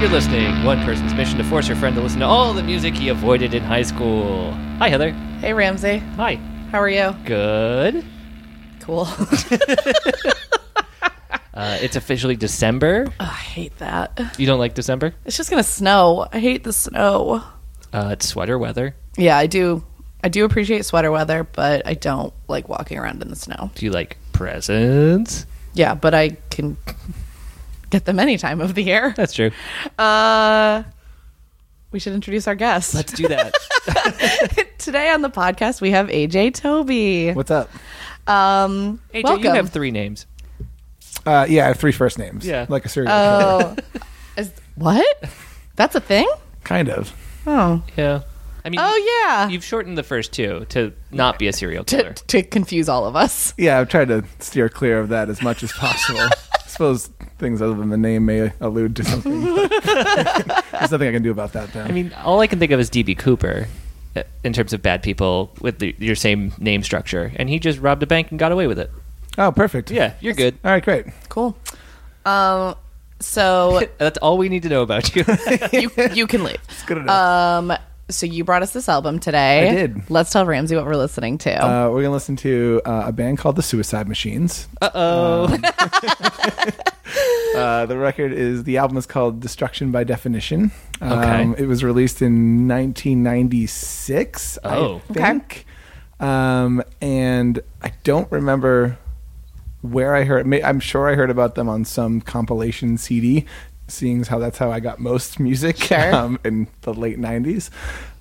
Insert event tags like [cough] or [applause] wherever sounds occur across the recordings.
You're listening. One person's mission to force your friend to listen to all the music he avoided in high school. Hi, Heather. Hey, Ramsey. Hi. How are you? Good. Cool. [laughs] Uh, it's officially December. I hate that. You don't like December? It's just going to snow. I hate the snow. Uh, it's sweater weather. Yeah, I do. I do appreciate sweater weather, but I don't like walking around in the snow. Do you like presents? Yeah, but I can get them any time of the [laughs] year. That's true. Uh, we should introduce our guest. Let's do [laughs] that. [laughs] Today on the podcast, we have AJ Toby. What's up? Um, AJ, welcome. you have three names. Uh, yeah, I have three first names. Yeah. Like a serial killer. [laughs] oh, is, what? That's a thing? Kind of. Oh, Yeah. I mean, oh yeah. you've shortened the first two to not be a serial to, killer. to confuse all of us. Yeah, I've tried to steer clear of that as much as possible. I suppose things other than the name may allude to something. [laughs] but There's nothing I can do about that, though. I mean, all I can think of is DB Cooper uh, in terms of bad people with the, your same name structure. And he just robbed a bank and got away with it. oh, perfect. Yeah, you're good. All right, great. Cool. Um, [laughs] so [laughs] That's all we need to know about you. [laughs] you you can leave. Good enough. Um, so you brought us this album today. I did. Let's tell Ramsey what we're listening to. Uh, we're going to listen to uh, a band called The Suicide Machines. Um, Uh-oh. [laughs] Uh, the record is, the album is called Destruction by Definition. Um, Okay. It was released in 1996, Oh. I Okay. think. Um, and I don't remember where I heard. may- I'm sure I heard about them on some compilation CD, seeing as how that's how I got most music Sure. [laughs] um, in the late '90s.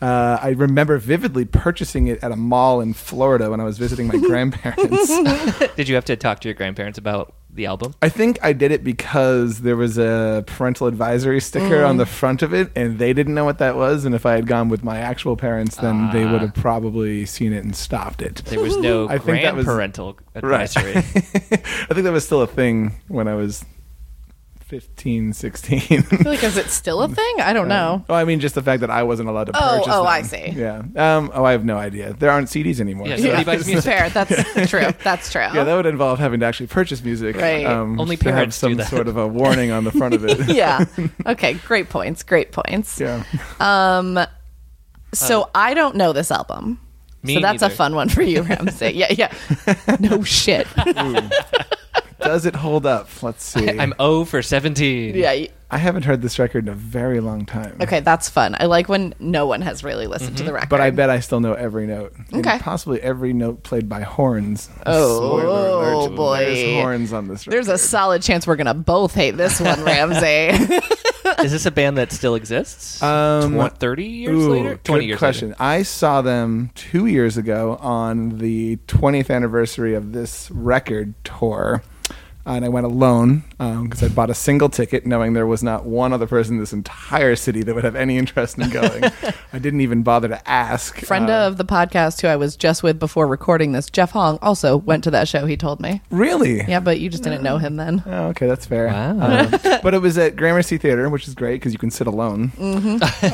Uh, I remember vividly purchasing it at a mall in Florida when I was [laughs] visiting my grandparents. Did you have to talk to your grandparents about the album? I think I did it because there was a parental advisory sticker on the front of it, and they didn't know what that was. And if I had gone with my actual parents, then they would have probably seen it and stopped it. There was no I think that was- grandparental [laughs] Right. advisory. [laughs] I [laughs] think that was still a thing when I was 15, I 16. feel like is it still a [laughs] thing? I don't know. Oh, I mean, just the fact that I wasn't allowed to Oh, purchase. oh, them. I see. Yeah. Um, oh, I have no idea. There aren't CDs anymore. Yeah, so- nobody buys music. Fair. [laughs] That's true. That's true. Yeah, that would involve having to actually purchase music. um, Right. Only to have parents do some that. sort of a warning on the front of [laughs] it. [laughs] Yeah. Okay. Great points. Great points. yeah. Um, so I don't know this album. Uh, Me so that's neither. a fun one for [laughs] you, Ramsey. yeah. Yeah. No shit. Does it hold up? Let's see. I'm 0 for 17. yeah. you- I haven't heard this record in a very long time. Okay, that's fun. I like when no one has really listened to the record. Mm-hmm. But I bet I still know every note. And Okay. possibly every note played by horns. Oh, Spoiler alert, boy. There's horns on this record. there's a solid chance we're gonna both hate this [laughs] one, Ramsey. [laughs] Is this a band that still exists? Um, Tw- 30 years Ooh, later? 20 good years question. later. I saw them two years ago on the 20th anniversary of this record tour. And I went alone because I bought a single ticket, knowing there was not one other person in this entire city that would have any interest in [laughs] going. I didn't even bother to ask. Friend Uh, of the podcast who I was just with before recording this, Jeff Hong, also went to that show. He told me. really? Yeah, but you just didn't know him then. Oh, okay, that's fair. Wow. [laughs] Um, but it was at Gramercy Theater, which is great because you can sit alone. Mm-hmm.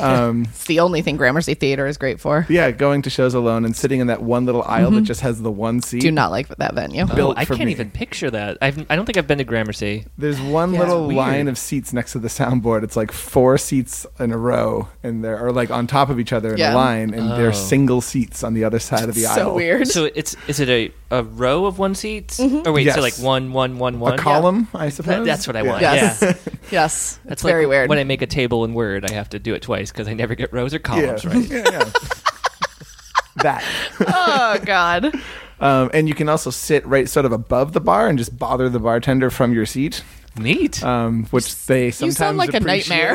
[laughs] um, It's the only thing Gramercy Theater is great for. yeah, going to shows alone and sitting in that one little aisle Mm-hmm. that just has the one seat. Do not like that venue. Oh, built I for can't me. even picture that. I've, I don't think I've been to Gramercy. There's one Yeah. little It's weird. line of seats next to the soundboard. It's like four seats in a row, and there are like on top of each other in Yeah. a line, and Oh. they're single seats on the other side of the aisle. [laughs] so weird. So it's is it a, a row of one seats? Mm-hmm. Or wait, so Yes. like one, one, one, A one? column, I That- suppose. that's what I [laughs] Yeah. want. yes. Yeah. yes. That's That's it's very like weird. When I make a table in Word, I have to do it twice because I never get rows or Yeah. columns right. [laughs] Yeah, yeah. that. [laughs] oh God. Um, and you can also sit right sort of above the bar and just bother the bartender from your seat, Neat. um, which they You sometimes sound like a nightmare.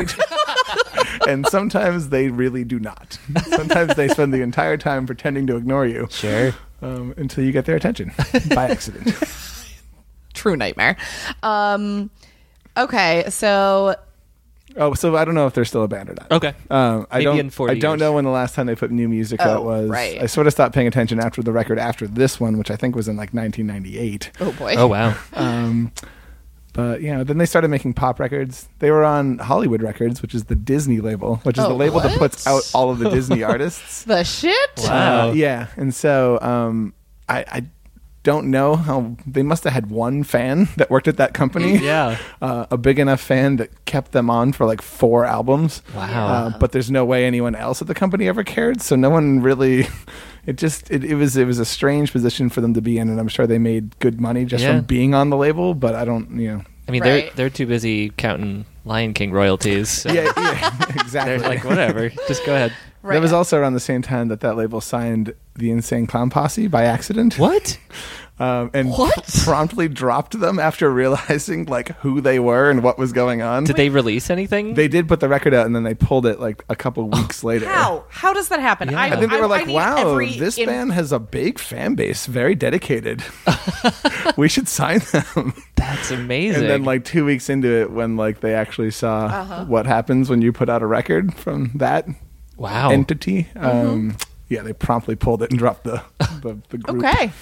[laughs] appreciate, and sometimes they really do not. Sometimes they spend the entire time pretending to ignore you sure. um, until you get their attention [laughs] by accident. True nightmare. Um okay, so oh, so I don't know if they're still a band or not. Okay. Um, I Maybe don't. in 40 I don't years. know when the last time they put new music Oh, out was. right. I sort of stopped paying attention after the record after this one, which I think was in like 1998. Oh boy. Oh, [laughs] wow. Um, but you know, then they started making pop records. They were on Hollywood Records, which is the Disney label, which is Oh, the label that what? puts out all of the Disney artists. The shit? Wow. Uh, yeah, and so um, I, I don't know how they must have had one fan that worked at that company. Yeah. Uh, a big enough fan that kept them on for like four albums. Wow. Uh, but there's no way anyone else at the company ever cared, so no one really. [laughs] It just it, it was it was a strange position for them to be in, and I'm sure they made good money just Yeah. from being on the label. But I don't, you know. I mean, they're Right. they're too busy counting Lion King royalties. so Yeah, yeah, [laughs] [laughs] exactly. They're like, whatever, just go ahead. Right. That was also around the same time that that label signed the Insane Clown Posse by accident. What? Um, and What? pr- promptly dropped them after realizing like who they were and what was going on. Did they release anything? They did put the record out and then they pulled it like a couple Oh, weeks later. How? How does that happen? I, And then they I- were I like, need wow, every this in- band has a big fan base, very dedicated. [laughs] we should sign them. That's amazing. And then, like two weeks into it, when like they actually saw Uh-huh. what happens when you put out a record from that wow. entity, Mm-hmm. um, yeah, they promptly pulled it and dropped the the, the group. Okay.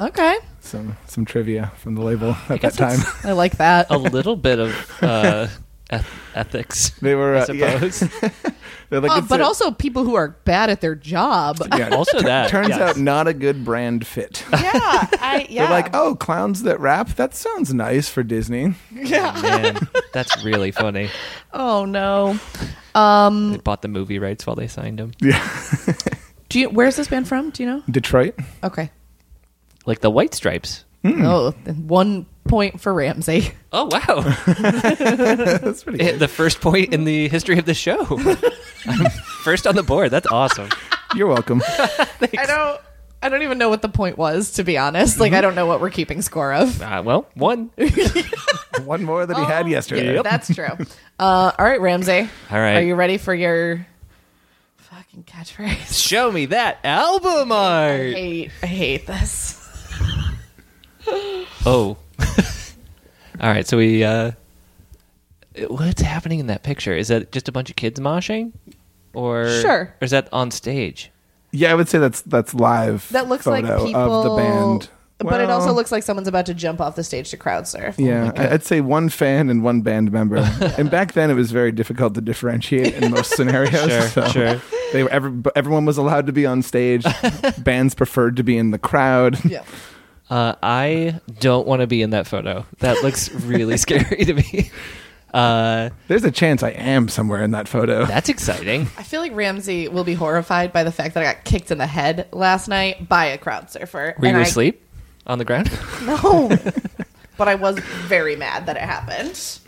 Okay. Some some trivia from the label at that guess time. [laughs] it's- I like that. a little bit of uh, eth- ethics. They were, I uh, yeah. suppose. [laughs] They're like, Uh, "It's but a- also people who are bad at their job. yeah, [laughs] Also that, turns yes. out not a good brand fit. [laughs] yeah. [laughs] I, yeah. They're like, oh, clowns that rap. That sounds nice [laughs] for Disney. Oh, Man, that's really funny. oh no. They bought the movie rights while they signed him. Do you? Where's this band from? Do you know? Detroit. Okay. Like the White Stripes. Oh, then one point for Ramsey. [laughs] Oh wow! [laughs] [laughs] That's pretty. It- Good. the first point in the history of the show. [laughs] I'm first on the board. That's awesome. You're welcome. I don't. I don't even know what the point was, to be honest. Like, I don't know what we're keeping score of. Uh, well, one. [laughs] One more that he Oh, had yesterday. That's true. [laughs] Uh, all right, Ramsey. All right. Are you ready for your fucking catchphrase? Show me that album I art. hate, I hate this. Oh. [laughs] All right, so we uh what's happening in that picture? Is that just a bunch of kids moshing? Or Sure. Or is that on stage? Yeah, I would say that's that's live. That looks like photo people. of the band. but it Well, also looks like someone's about to jump off the stage to Oh crowd surf. Yeah, I- I'd say one fan and one band [laughs] member. and back then, it was very difficult to differentiate in [laughs] most scenarios. Sure, so sure. They were every, everyone was allowed to be [laughs] on stage. Bands preferred to be in the crowd. Yeah. Uh I don't want to be in that photo. That looks [laughs] really scary to me. Uh There's a chance I am somewhere in that photo. that's exciting. I feel like Ramsey will be horrified by the fact that I got kicked in the head last night by a crowd surfer. Were you And I- asleep on the ground? [laughs] No. but I was very mad that it happened.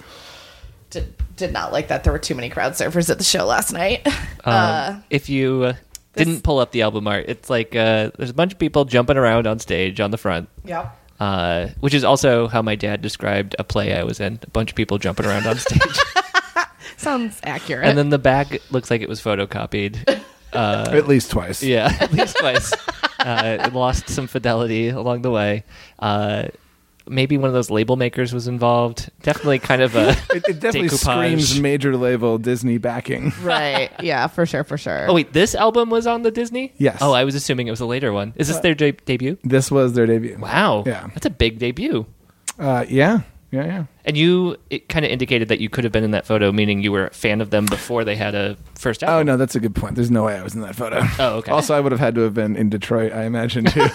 Did, did not like that there were too many crowd surfers at the show last night. [laughs] Um, if you uh, didn't pull up the album art, it's like uh there's a bunch of people jumping around on stage on the front. yep. Uh, which is also how my dad described a play I was in. A bunch of people jumping around on stage. Sounds accurate. and then the back looks like it was [laughs] photocopied. At least twice. Yeah, at least twice. Uh, it lost some fidelity along the way. Uh, maybe one of those label makers was involved. Definitely kind of [laughs] a It, it definitely decoupage. screams major label Disney backing. [laughs] right. Yeah, for sure, for sure. Oh wait, this album was on the Disney. Yes. Oh, I was assuming it was a later one. Is this their de- debut? This was their debut. Wow. Yeah. That's a big debut. Uh, yeah. Yeah. Yeah. And you, it kind of indicated that you could have been in that photo, meaning you were a fan of them before they had a first Oh album. no, that's a good point. There's no way I was in that photo. Oh, okay. Also, I would have had to have been in Detroit, I imagine too. [laughs]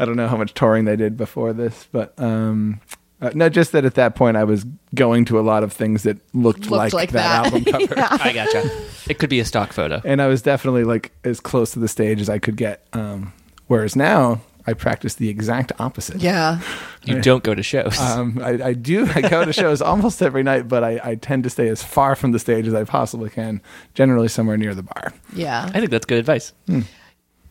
I don't know how much touring they did before this, but um, uh, no, just that at that point I was going to a lot of things that looked, Looked like, like that. that, [laughs] album cover, [laughs] I [laughs] gotcha. It could be a stock photo. and I was definitely like as close to the stage as I could get. Um, whereas now I practice the exact opposite. Yeah. You don't go to shows. Um, I, I do. I go to shows almost every night, but I, I tend to stay as far from the stage as I possibly can, generally somewhere near the bar. Yeah. I think that's good advice.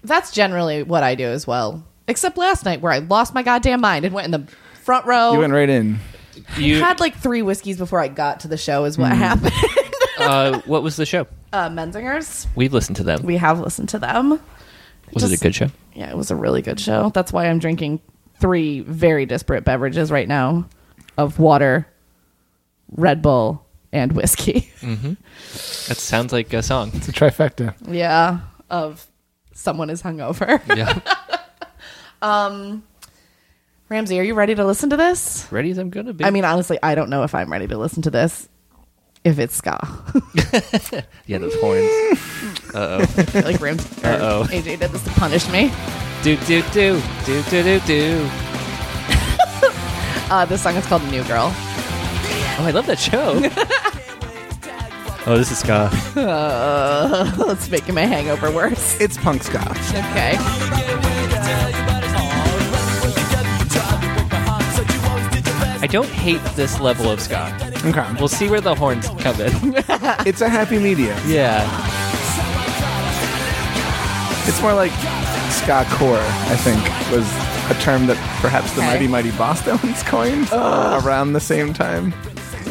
That's generally what I do as well. Except last night where I lost my goddamn mind and went in the front row. You went right in. You, had like three whiskeys before I got to the show is Hmm. what happened. [laughs] uh, what was the show? Uh, Menzingers. We've listened to them. We have listened to them. was it a just- good show? Yeah, it was a really good show. That's why I'm drinking three very disparate beverages right now of water, Red Bull, and whiskey. Mm. That sounds like a song. It's a trifecta. [laughs] yeah, of someone is hungover. [laughs] Yeah. Um, Ramsey, are you ready to listen to this? Ready as I'm gonna be. I mean, honestly, I don't know if I'm ready to listen to this. If it's ska, [laughs] yeah, those horns. I feel like Ramsey or Uh-oh. AJ did this to punish me. do do do do do do do. Uh, this song is called New Girl. [laughs] Oh, I love that show. oh, this is ska. Uh, it's making my hangover worse. It's punk ska. Okay. I don't hate this level of ska. Okay. We'll see where the horns come [laughs] in. [laughs] It's a happy medium. yeah. It's more like ska core, I think, was a term that perhaps the Okay. Mighty Mighty Boston's [laughs] coined around the same time.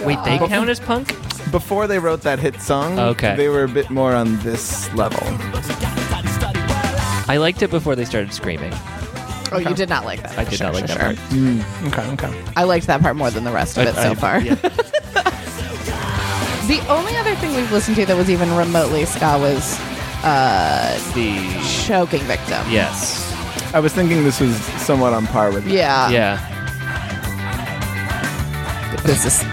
Wait, they Uh-huh. count as punk? Before they wrote that hit song, Okay. they were a bit more on this level. I liked it before they started screaming. Oh, you did not like that. I did Sure, not like sure, that sure. part. Okay, okay. I liked that part more than the rest of it so I- far. yeah. [laughs] The only other thing we've listened to that was even remotely ska was The Choking Victim. yes, I was thinking this was somewhat on par with. Yeah. yeah. This is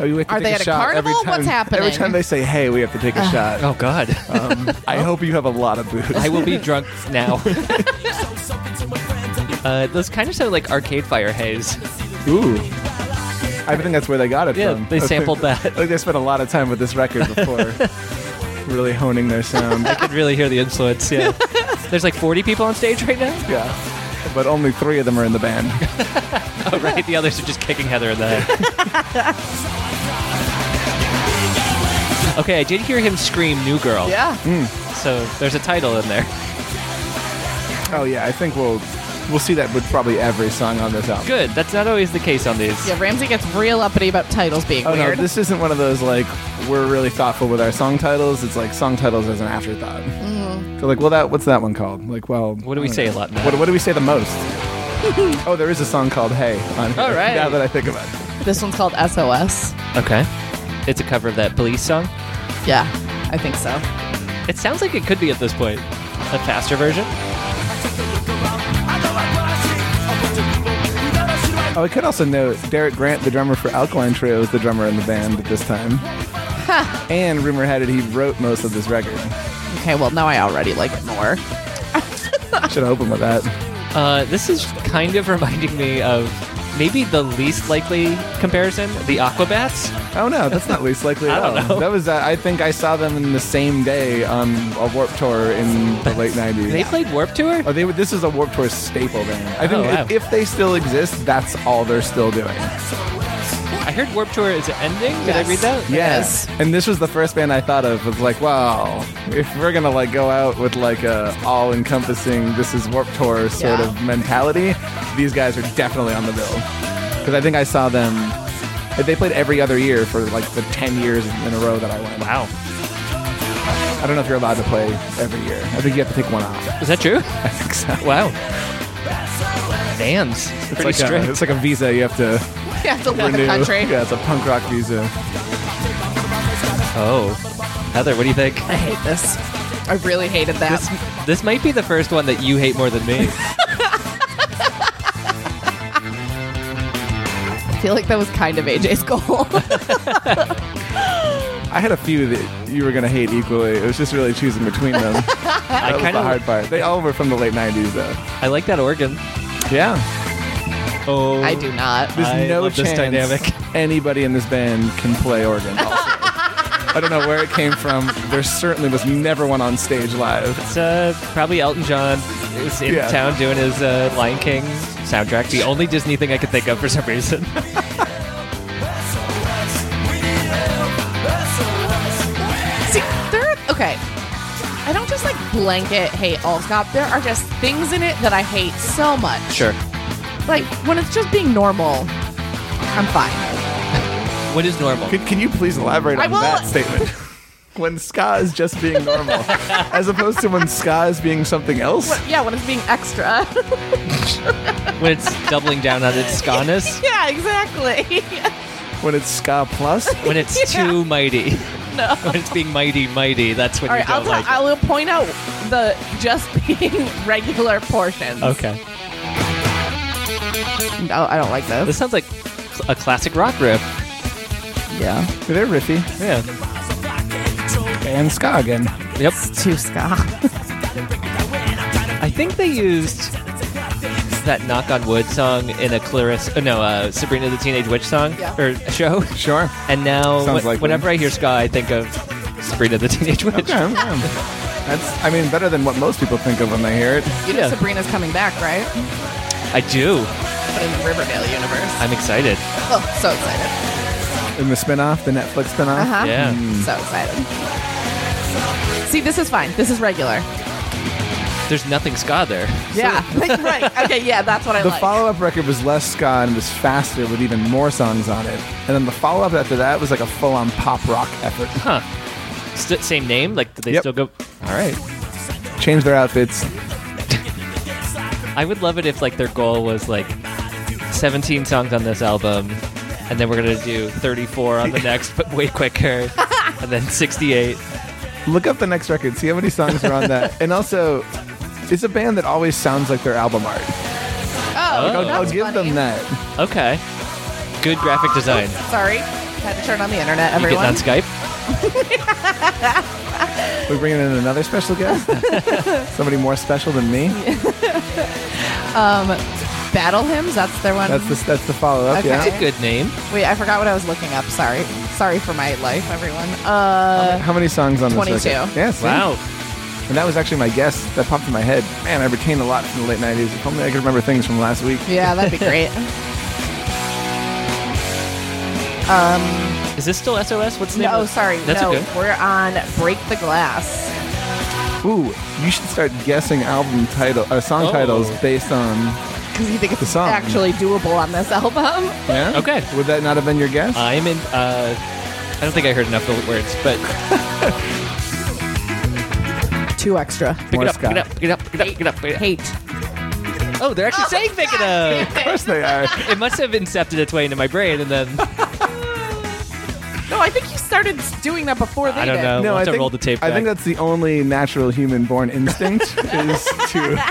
Oh, you have to Are take they a at a shot every carnival? time. What's happening? Every time they say, "Hey, we have to take a [laughs] shot." Oh God, Uh-huh. Um, I oh. hope you have a lot of booze. I will be drunk [laughs] now. [laughs] uh, those kind of sound like Arcade Fire haze. Ooh. I think that's where they got it Yeah, from. they I think- sampled that. I think they spent a lot of time with this record before [laughs] really honing their sound. I could really hear the influence. [laughs] Yeah. There's like 40 people on stage right now. Yeah. But only three of them are in the band. [laughs] Oh right, the others are just kicking Heather in the head. [laughs] okay, I did hear him scream "New Girl." Yeah. So there's a title in there. Oh yeah, I think we'll we'll see that with probably every song on this album. Good. That's not always the case on these. Yeah, Ramsey gets real uppity about titles being Oh weird. no, this isn't one of those like we're really thoughtful with our song titles. It's like song titles as an afterthought. So like, well, that what's that one called? Like, well, Mm-hmm. What do we I don't say know. a lot in that? What, what do we say the [laughs] most? oh, there is a song called "Hey" on here. All right. Now that I think about it, This one's called SOS. Okay. It's a cover of that police song. Yeah, I think so. It sounds like it could be at this point. A faster version? oh, I could also note Derek Grant, the drummer for Alkaline Trio, is the drummer in the band at this time. And rumor had it he wrote most of this record. Okay, well, now I already like it more. [laughs] Should have opened with that. Uh, this is kind of reminding me of maybe the least likely comparison the Aquabats. Oh no, that's not [laughs] least likely at I don't all. know. That was uh, I think I saw them in the same day on a Warp Tour in the late '90s. They played Warp Tour? Oh, they were, this is a Warp Tour staple band. I think Oh, wow. if, if they still exist, that's all they're still doing. I heard Warp Tour is ending. Did Yes. I read that? Yes. And this was the first band I thought of. Was like, wow, if we're gonna like go out with like a all-encompassing this is Warp Tour sort Yeah. of mentality, these guys are definitely on the bill. Because I think I saw them. They played every other year for like the ten years in a row that I went. Wow. I don't know if you're allowed to play every year. I think you have to take one off. [laughs] Is that true? I think [laughs] so. Wow. Vans. It's Pretty like, strict. a, it's like a visa you have to You have to leave renew. the country. [laughs] Yeah, it's a punk rock visa. oh. Heather, what do you think? I hate this. I really hated that. This, this might be the first one that you hate more than me. I feel like that was kind of AJ's goal. I had a few that you were gonna hate equally. It was just really choosing between them. that I was kind the hard of part. They all were from the late '90s, though. I like that organ. Yeah, Oh. [laughs] I do not. there's I no love this chance dynamic. anybody in this band can play organ. Also. I don't know where it came from. There certainly was never one on stage live. It's uh, probably Elton John is in Yeah. town doing his uh, Lion King soundtrack. The only Disney thing I could think of for some reason. See, there. Are, okay, I don't just like blanket hate all ska. There are just things in it that I hate so much. sure. Like when it's just being normal, I'm fine. What is normal? Could, can you please elaborate I on will- that statement? when ska is just being normal, as opposed to when ska is being something else. Yeah, when it's being extra. [laughs] When it's doubling down on its sconess? yeah, exactly. [laughs] When it's ska plus. When it's Yeah. too mighty? No. When it's being mighty, mighty, that's when All you right, I'll, don't tell like I will point out the just [laughs] being regular portions. it. Okay. No, I don't like This those. sounds like a classic rock riff. Yeah. They're riffy Yeah. and ska again. Yep. It's too ska. I think they used it's that knock on wood song in a Clarice, oh, no, uh, Sabrina the Teenage Witch song Yeah. or show. [laughs] Sure. And now, Sounds wh- like whenever one. I hear ska, I think of Sabrina the Teenage Witch. Okay. yeah. That's, I mean, better than what most people think of when they hear it. You know Yeah. Sabrina's coming back, right? I do. But in the Riverdale universe. I'm excited. Oh, so excited. In the spinoff, the Netflix spinoff. Uh-huh. Yeah. Hmm. So excited. See, this is fine. This is regular. There's nothing ska there. yeah. Like, [laughs] right. Okay, yeah, that's what I The like. follow up record was less ska and was faster with even more songs on it. And then the follow up after that was like a full on pop rock effort. Huh. St- same name? Like, did they Yep. still go? All right. Change their outfits. I would love it if like their goal was like 17 songs on this album, and then we're gonna do 34 on the [laughs] next, but way quicker, and then 68. Look up the next record, see how many songs are on [laughs] that. And also, it's a band that always sounds like their album art. Oh, Oh. that's I'll give funny. them that. Okay. Good graphic design. Sorry. Had to turn on the internet, You everyone. getting on Skype? We're bringing in another [laughs] special guest. Somebody more special than me. Battle Hymns, that's their one. That's the that's the follow up. Okay. That's Yeah. a good name. Wait, I forgot what I was looking up. Sorry. Sorry for my life, everyone. Uh, How many songs on 22. this record? Yeah, see? Wow. And that was actually my guess that popped in my head. Man, I retained a lot from the late '90s. If only I could remember things from last week. yeah, that'd be [laughs] great. Is this still SOS? What's the name? no, of- sorry. That's no, okay. we're on Break the Glass. Ooh, you should start guessing album title or song Oh. titles based on. Because you think The it's song. actually doable on this [laughs] album. Yeah. Okay. Would that not have been your guess? I'm in. Uh, I don't think I heard enough of the words, but Two extra. pick More it up, pick Scott. it up, pick it up, pick it up, pick it up. Pick it up. Hate. Oh, they're actually saying pick it up. Of course they are. It must have incepted its way into my brain, and then [laughs] No, I think you started doing that before [laughs] they I don't did. know. no, we'll I have to think, roll the tape. I think back. that's the only natural human [laughs] born instinct is to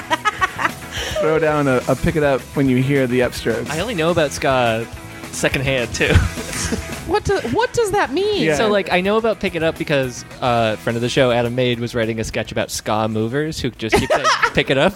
throw down a, a pick it up when you hear the upstrokes. I only know about ska secondhand too. What, do, what does that mean? Yeah. So like I know about pick it up because uh, friend of the show Adam Maid was writing a sketch about ska movers who just [laughs] keep saying pick it up,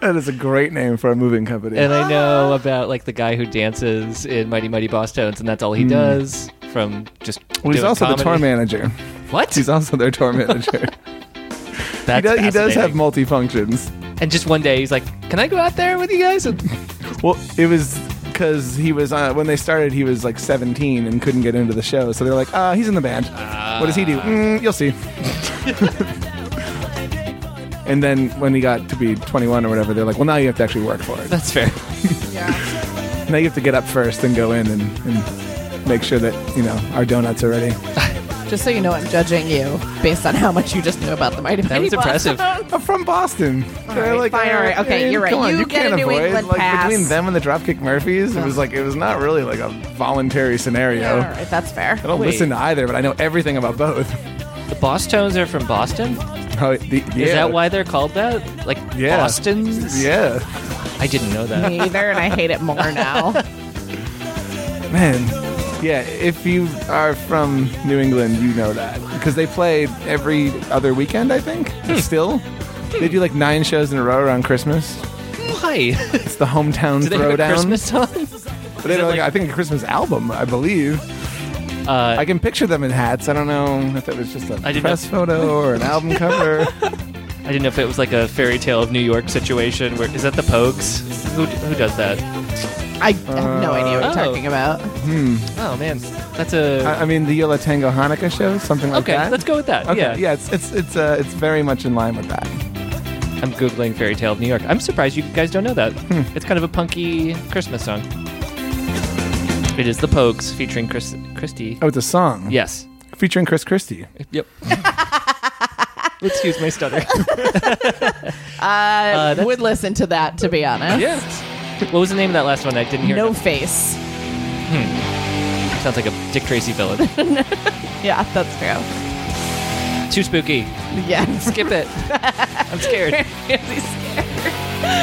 that is a great name for a moving company. and uh, I know about like the guy who dances in Mighty Mighty Boss Tones, and that's all he does from just. Hmm. well, he's doing also comedy. the tour manager. What? He's also their tour manager. he, [laughs] That's does, he does have fascinating. multi-functions. And just one day he's like, "Can I go out there with you guys?" And [laughs] Well, it was because he was uh, when they started. He was like 17 and couldn't get into the show, so they're like, "Ah, he's in the band. what does he do? Mm, you'll see." and then when he got to be 21 or whatever, they're like, "Well, now you have to actually work for it. That's fair. Yeah. Now you have to get up first and go in and, and make sure that you know our donuts are ready." Just so you know, I'm judging you based on how much you just knew about the Mighty That was Mighty Boss. impressive. [laughs] I'm from Boston. They're right, fine, all right, okay, "Eh, you're right. come on, You get can't a New avoid." England like, pass. Between them and the Dropkick Murphys, it was like it was not really like a voluntary scenario. Yeah, all right, that's fair. I don't Wait. listen to either, but I know everything about both. [laughs] The Boss Tones are from Boston. Oh, the, Is that why they're called that? Like Yeah. Boston's? Yeah, I didn't know that. Me either, and I hate it more now. man. Yeah, if you are from New England, you know that because they play every other weekend. I think Hmm. still, they do like nine shows in a row around Christmas. [laughs] Why? [laughs] It's the hometown Do they have a throwdown. Christmas song? But they have, it like, like- I think a Christmas album, I believe. Uh, I can picture them in hats. I don't know if that was just a I did press photo or an album [laughs] cover. I didn't know if it was like a fairy tale of New York situation. Where is that the Pogues? Who, who does that? I have no idea what Uh, you're Oh. talking about. Oh man, that's a I, I mean, the Yola Tango Hanukkah show, something like okay. that. Let's go with that. Okay, yeah. yeah, it's it's it's uh, it's very much in line with that. I'm googling fairy tale of New York. I'm surprised you guys don't know that. It's kind of a punky Christmas song. It is the Pogues featuring Chris Christie. Oh, it's a song. Yes. Featuring Chris Christie. Yep. Excuse my stutter. Uh, I that's- Uh, would listen to that, to be honest. yes. What was the name of that last one? I didn't hear. No enough. face. Sounds like a Dick Tracy villain. Yeah, that's true. Too spooky. Yes. [laughs] Skip it. I'm scared.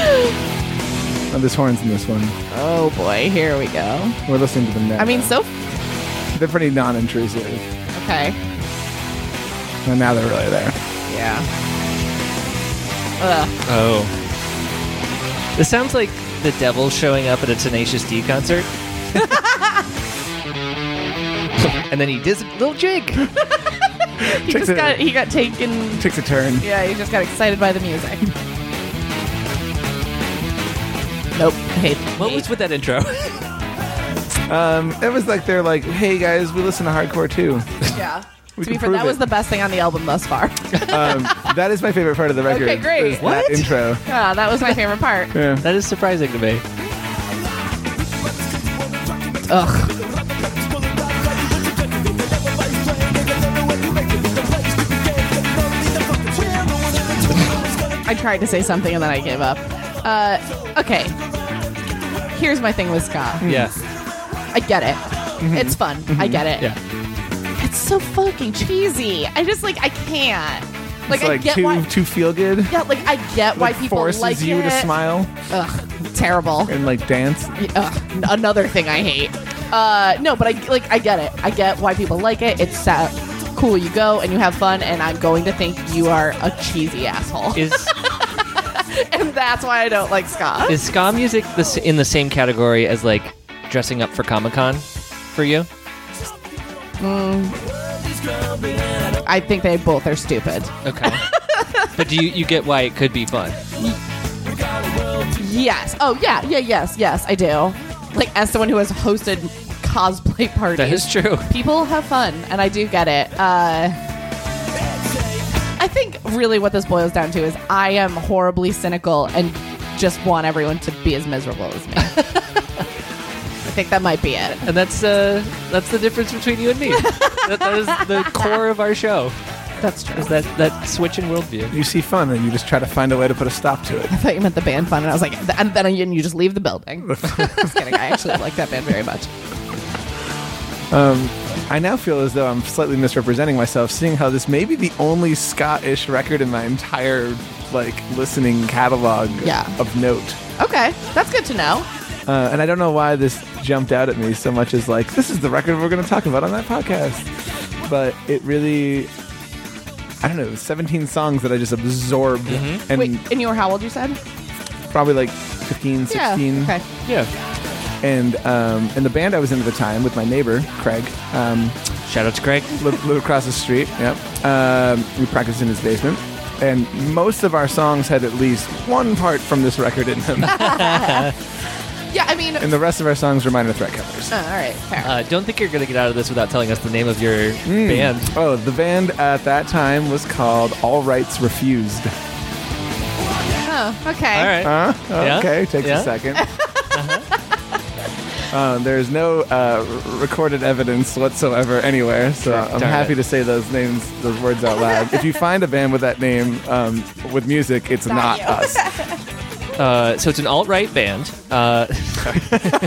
Oh, there's horns in this one. oh boy, here we go. We're listening to them now. I mean, so they're pretty non-intrusive. okay. And now they're really there. Yeah. Oh. This sounds like the devil showing up at a Tenacious D concert. [laughs] and then he does a little jig. He Takes just a- got he got taken. Takes a turn. Yeah, he just got excited by the music. Nope. Hate. What was with that intro? Um, it was like they're like, hey guys, we listen to hardcore [laughs] too. Yeah. We to be can fair, prove that was it. the best thing on the album thus [laughs] far. Um, that is my favorite part of the record. Okay, great. is What? That intro. yeah, that was my favorite part. [laughs] Yeah. that is surprising to me. Ugh. I tried to say something and then I gave up. Uh, okay. Here's my thing with ska. Yeah. I get it. Mm-hmm. It's fun. I get it. Yeah. It's so fucking cheesy. I just like I can't. Like it's I like get too why. too feel good. Yeah, like I get why It people forces like you it. to smile Ugh, terrible. and like dance. Ugh, n- another thing I hate. Uh, no, but I like I get it. I get why people like it. It's sad. cool. You go and you have fun, and I'm going to think you are a cheesy asshole, Is [laughs] and that's why I don't like ska. is ska music the, s- in the same category as like dressing up for Comic Con for you? I think they both are stupid. Okay. [laughs] but do you, you get why it could be fun? Yes. Oh yeah. Yeah. Yes. Yes. I do. Like as someone who has hosted cosplay parties, That is true. people have fun and i do get it uh, i think really what this boils down to is i am horribly cynical and just want everyone to be as miserable as me [laughs] i think that might be it And that's uh, that's the difference between you and [laughs] me. that, that is the core of our show. that's true Is that that switch in worldview? You see fun and you just try to find a way to put a stop to it. i thought you meant the band fun and i was like th- and then you, you just leave the building just kidding i actually like that band very much I now feel as though I'm slightly misrepresenting myself, seeing how this may be the only Scottish record in my entire like listening catalog Yeah. of note. okay that's good to know Uh, and I don't know why this jumped out at me so much as like this is the record we're going to talk about on that podcast. But it really, I don't know, it was 17 songs that I just absorbed and wait and you were how old you said probably like 15, 16. yeah okay Yeah. And um, and the band I was in at the time with my neighbor Craig, um, Shout out to Craig. lived, lived across the street. Yep. Um, we practiced in his basement, and most of our songs had at least one part from this record in [laughs] them, yeah i mean and the rest of our songs were minor threat covers. uh, all right fair Uh, don't think you're going to get out of this without telling us the name of your band. Oh, the band at that time was called All Rights Refused. oh okay All right. Huh? Yeah? Uh, Okay, takes Yeah? [laughs] a 2nd Uh, there's no uh, r- recorded evidence whatsoever anywhere, so Sure, I'm darn happy it. to say those names, those words out loud. if you find a band with that name um, with music, it's Not not, you. us. Uh, so it's an alt right band. Uh,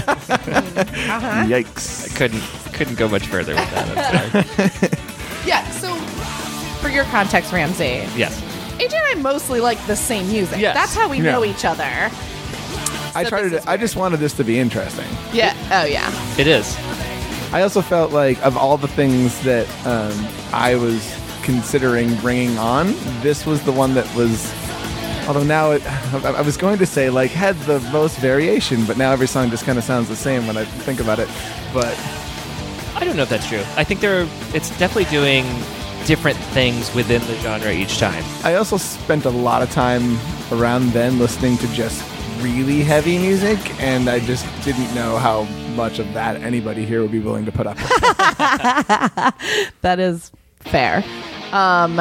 Uh-huh. [laughs] Yikes. couldn't couldn't go much further with that. [laughs] I'm sorry. Yeah, so for your context, Ramsey, yes. AJ and I mostly like the same music. Yes. That's how we Yeah. know each other. I So tried this to. is I just wanted this to be interesting. Yeah. Oh, yeah. It is. I also felt like of all the things that um, I was considering bringing on, this was the one that was. Although now it, I I was going to say like had the most variation, but now every song just kind of sounds the same when I think about it. But I don't know if that's true. I think there are, it's definitely doing different things within the genre each time. I also spent a lot of time around then listening to just really heavy music, and I just didn't know how much of that anybody here would be willing to put up. with. That is fair. Um,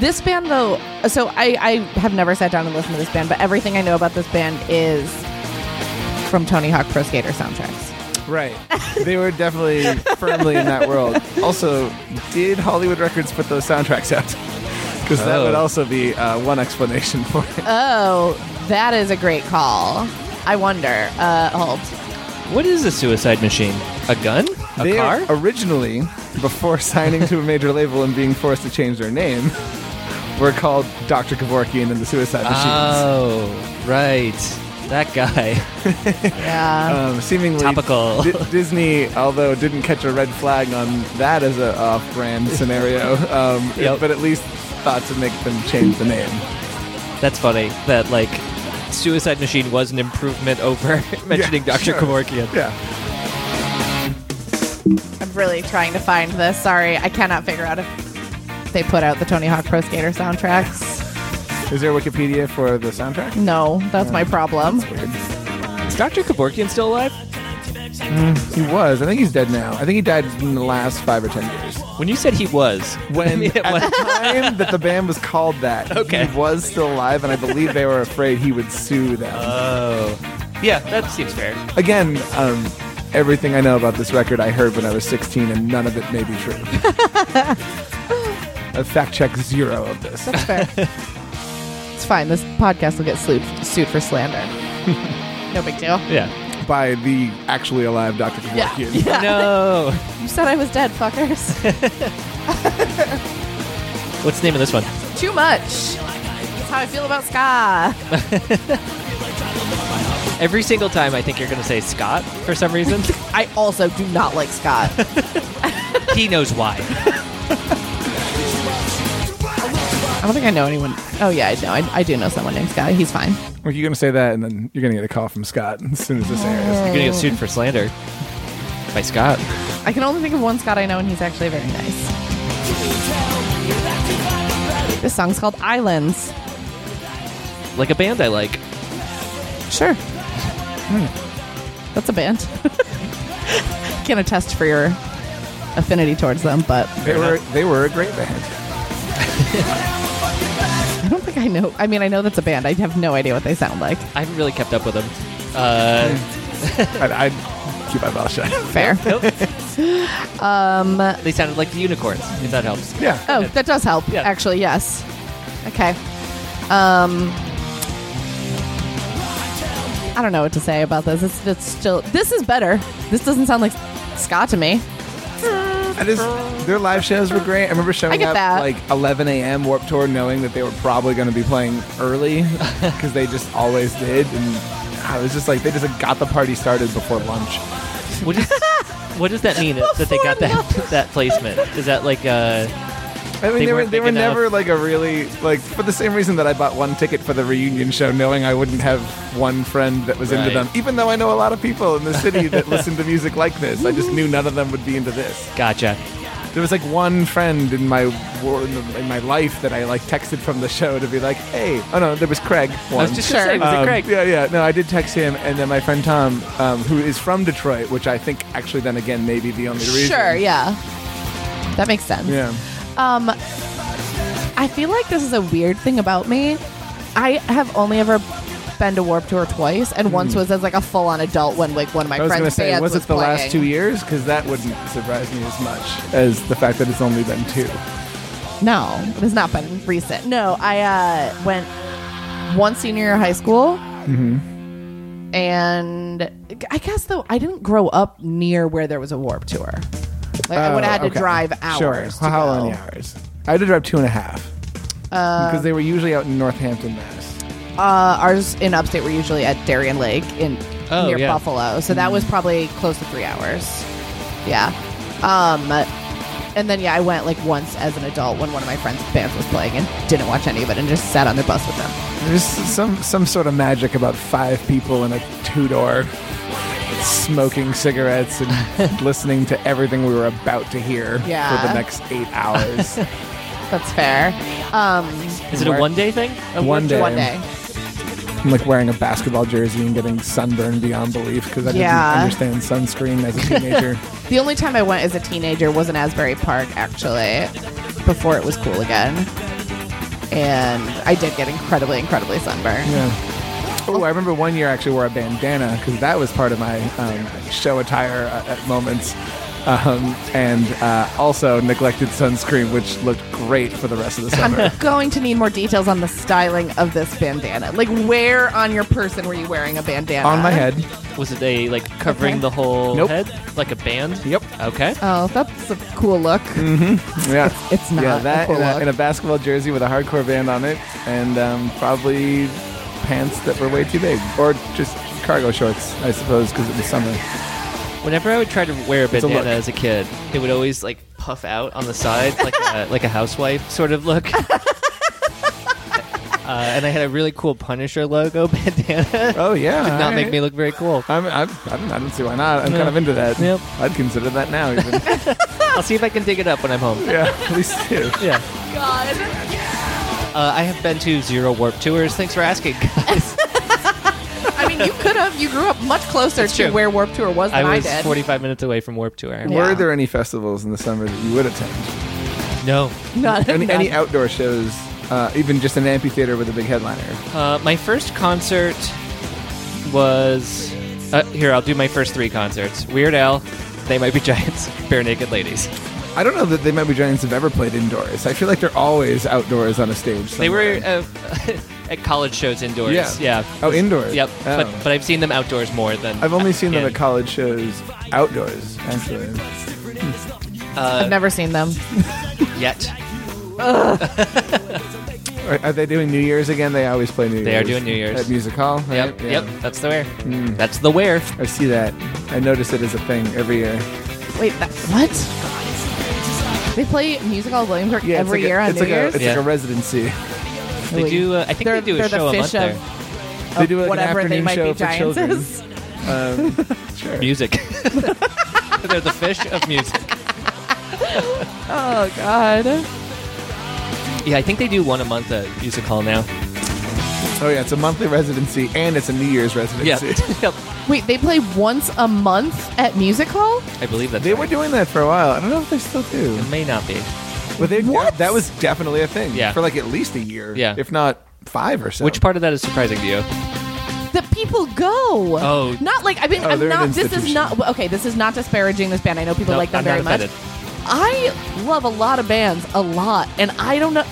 this band, though, so I, I have never sat down and listened to this band, but everything I know about this band is from Tony Hawk Pro Skater soundtracks. Right. They were definitely firmly in that world. Also, did Hollywood Records put those soundtracks out? Because that Oh. would also be uh, one explanation for it. Oh, that is a great call. I wonder. Uh, hold. What is a suicide machine? A gun? A they car? originally, before signing to a major label and being forced to change their name, were called Dr. Kevorkian and the Suicide Machines. oh, right. That guy. [laughs] Yeah. Um, seemingly Topical. Di- Disney, although didn't catch a red flag on that as a off-brand scenario, um, Yep. but at least thought to make them change the name. That's funny that like Suicide Machine was an improvement over [laughs] mentioning Dr. sure. Kevorkian. Yeah. I'm really trying to find this. Sorry, I cannot figure out if they put out the Tony Hawk Pro Skater soundtracks. Is there Wikipedia for the soundtrack? No, that's my problem. Is Dr. Kevorkian still alive? He was. I think he's dead now. I think he died in the last five or ten years. When you said he was, [laughs] When Yeah, at [laughs] the time that the band was called that, Okay. he was still alive, and I believe they were afraid he would sue them. oh, yeah, that seems fair. Again, um, everything I know about this record I heard when I was 16, and none of it may be true. [laughs] I fact check zero of this. That's [laughs] fair. it's fine. This podcast will get sued, sued for [laughs] slander. no big deal. Yeah. by the actually alive Dr. Kevorkian. [laughs] No. You said I was dead, [laughs] fuckers. What's the name of this one? Too much. That's how I feel about ska. Every single time, I think you're going to say Scott for some [laughs] reason. I also do not like Scott. he knows why. [laughs] I don't think I know anyone. Oh yeah, I know. I, I do know someone named Scott. He's fine. Well, you're going to say that, and then you're going to get a call from Scott as soon as this airs. You're going to get sued for slander by Scott. I can only think of one Scott I know, and he's actually very nice. This song's called Islands. Like a band I like. Sure. Hmm. That's a band. [laughs] Can't attest for your affinity towards them, but They were, they were a great band. I don't think I know. I mean, I know that's a band. I have no idea what they sound like. I haven't really kept up with them. [laughs] Uh, I, I'd keep my mouth shut. Fair. nope. um, they sounded like the unicorns, if that helps. [laughs] Yeah. Oh, that does help. Yeah. Actually, yes. Okay. Um, I don't know what to say about this. It's, it's still. This is better. This doesn't sound like ska to me. Oh. I just, their live shows were great. I remember I showing get up that. like 11 a.m. Warp Tour, knowing that they were probably going to be playing [laughs] early because they just always did. And I was just like, they just got the party started before lunch. What, is, what does that mean that they got that, that placement? Is that like uh, I mean, They they, were weren't they big were enough. never like a really like for the same reason that I bought one ticket for the reunion show, knowing I wouldn't have one friend that was Right. into them. Even though I know a lot of people in the city [laughs] that listen to music like this, I just knew none of them would be into this. gotcha? There was like one friend in my wor- in my life that I like texted from the show to be like, "Hey, oh no, there was Craig." One. I was just going to say, was Um, it Craig? Yeah, yeah. No, I did text him, and then my friend Tom, um, who is from Detroit, which I think actually then again may be the only reason. Sure. Yeah. That makes sense. Yeah. Um, I feel like this is a weird thing about me. I have only ever been to Warp Tour twice, and once was as like a full-on adult when like one of my Hmm. I was friends' going to say, bands was was it the last playing. two years? Because that wouldn't surprise me as much as the fact that it's only been two. No, it has not been recent. No, I uh, went one senior year of high school. Mm-hmm. And I guess though I didn't grow up near where there was a warp tour. Like I would have had to Oh, okay. drive hours. to Sure. How go. many hours? I had to drive two and a half. because they were usually out in Northampton, Mass. Uh, ours in upstate were usually at Darien Lake in Oh, near yeah. Mm-hmm. Buffalo, so that was probably close to three hours. Yeah. Um, and then yeah, I went like once as an adult when one of my friends' bands was playing and didn't watch any of it and just sat on their bus with them. There's some some sort of magic about five people in a two door, smoking [laughs] cigarettes and listening to everything we were about to hear for Yeah. the next [laughs] eight hours. That's fair. Um, Is it a Where- one day thing? A One work- day. one day. I'm like wearing a basketball jersey and getting sunburned beyond belief because I Yeah. didn't understand sunscreen as [laughs] a teenager. The only time I went as a teenager was in Asbury Park, actually, before it was cool again. And I did get incredibly, incredibly sunburned. Yeah. Oh, I remember one year I actually wore a bandana because that was part of my um, show attire uh, at moments. Um, and uh, also neglected sunscreen, which looked great for the rest of the [laughs] summer. I'm going to need more details on the styling of this bandana. Like, where on your person were you wearing a bandana? On my head. Was it a like covering Okay. the whole Nope. head, like a band? Yep. Okay. Oh, that's a cool look. Yeah. It's not Mm. yeah, a that cool and, a, look. and a basketball jersey with a hardcore band on it, and um, probably pants that were way too big, or just cargo shorts, I suppose, because it was summer. [laughs] Whenever I would try to wear a a bandana look. as a kid, it would always like puff out on the side, like a, like a housewife sort of look. Uh, and I had a really cool Punisher logo [laughs] bandana. Oh yeah, Did not make me look very cool. I'm, I'm, I'm, I don't see why not. I'm kind of into that. Yep. I'd consider that [laughs] now. Even. I'll see if I can dig it up when I'm home. Uh, yeah, at least two. Yeah. God. Uh, I have been to zero warp tours. Thanks for asking, [laughs] guys. I mean, you could have. You grew up much closer It's to true. where Warp Tour was I than I, was did. 45 minutes away from warp tour. Yeah. Were there any festivals in the summer that you would attend? No. Not, Any, not- any outdoor shows? Uh, even just an amphitheater with a big headliner. Uh, my first concert was. Uh, here, I'll do my first three concerts Weird Al, They Might Be [laughs] Giants, Bare Naked Ladies. I don't know that they might be giants have ever played indoors. I feel like they're always outdoors on a stage. They were somewhere. uh, [laughs] at college shows indoors. Yeah. Yeah. Oh, indoors. Yep. Oh. But, but I've seen them outdoors more than. I've only seen them in- at college shows outdoors, actually. [laughs] I've never seen them. uh, Yet. Are, are they doing New Year's again? They always play New Year's. They are doing New Year's. At Music Hall? right? Yep. Yeah. Hmm. Yep. That's the wear. That's the wear. I see that. I notice it as a thing every year. Wait, that, what? They play Music Hall Williamsburg Yeah, every it's like year a, on it's New like Year's. A, it's Yeah. like a residency. They Wait. do. Uh, I think They're- they do they're a the show a fish month of- there. [laughs] They do like an Whatever afternoon they might show be for giants children. is. [laughs] Um, sure. Music. [laughs] They're the fish of music. [laughs] Oh God. Yeah, I think they do one a month at Music Hall now. Oh yeah, it's a monthly residency and it's a New Year's Yeah. residency. [laughs] yep. Wait, they play once a month at Music Hall? I believe that's [laughs] They right. were doing that for a while. I don't know if they still do. It may not be. But they What? that was definitely a thing. Yeah. For like at least a year. Yeah. If not five or so. Which part of that is surprising to you? The people go. Oh. Not like I mean Oh, I'm they're an not this is institution. not okay, this is not disparaging this band. I know people No, like them I'm very not offended. much. I love a lot of bands, a lot, and I don't know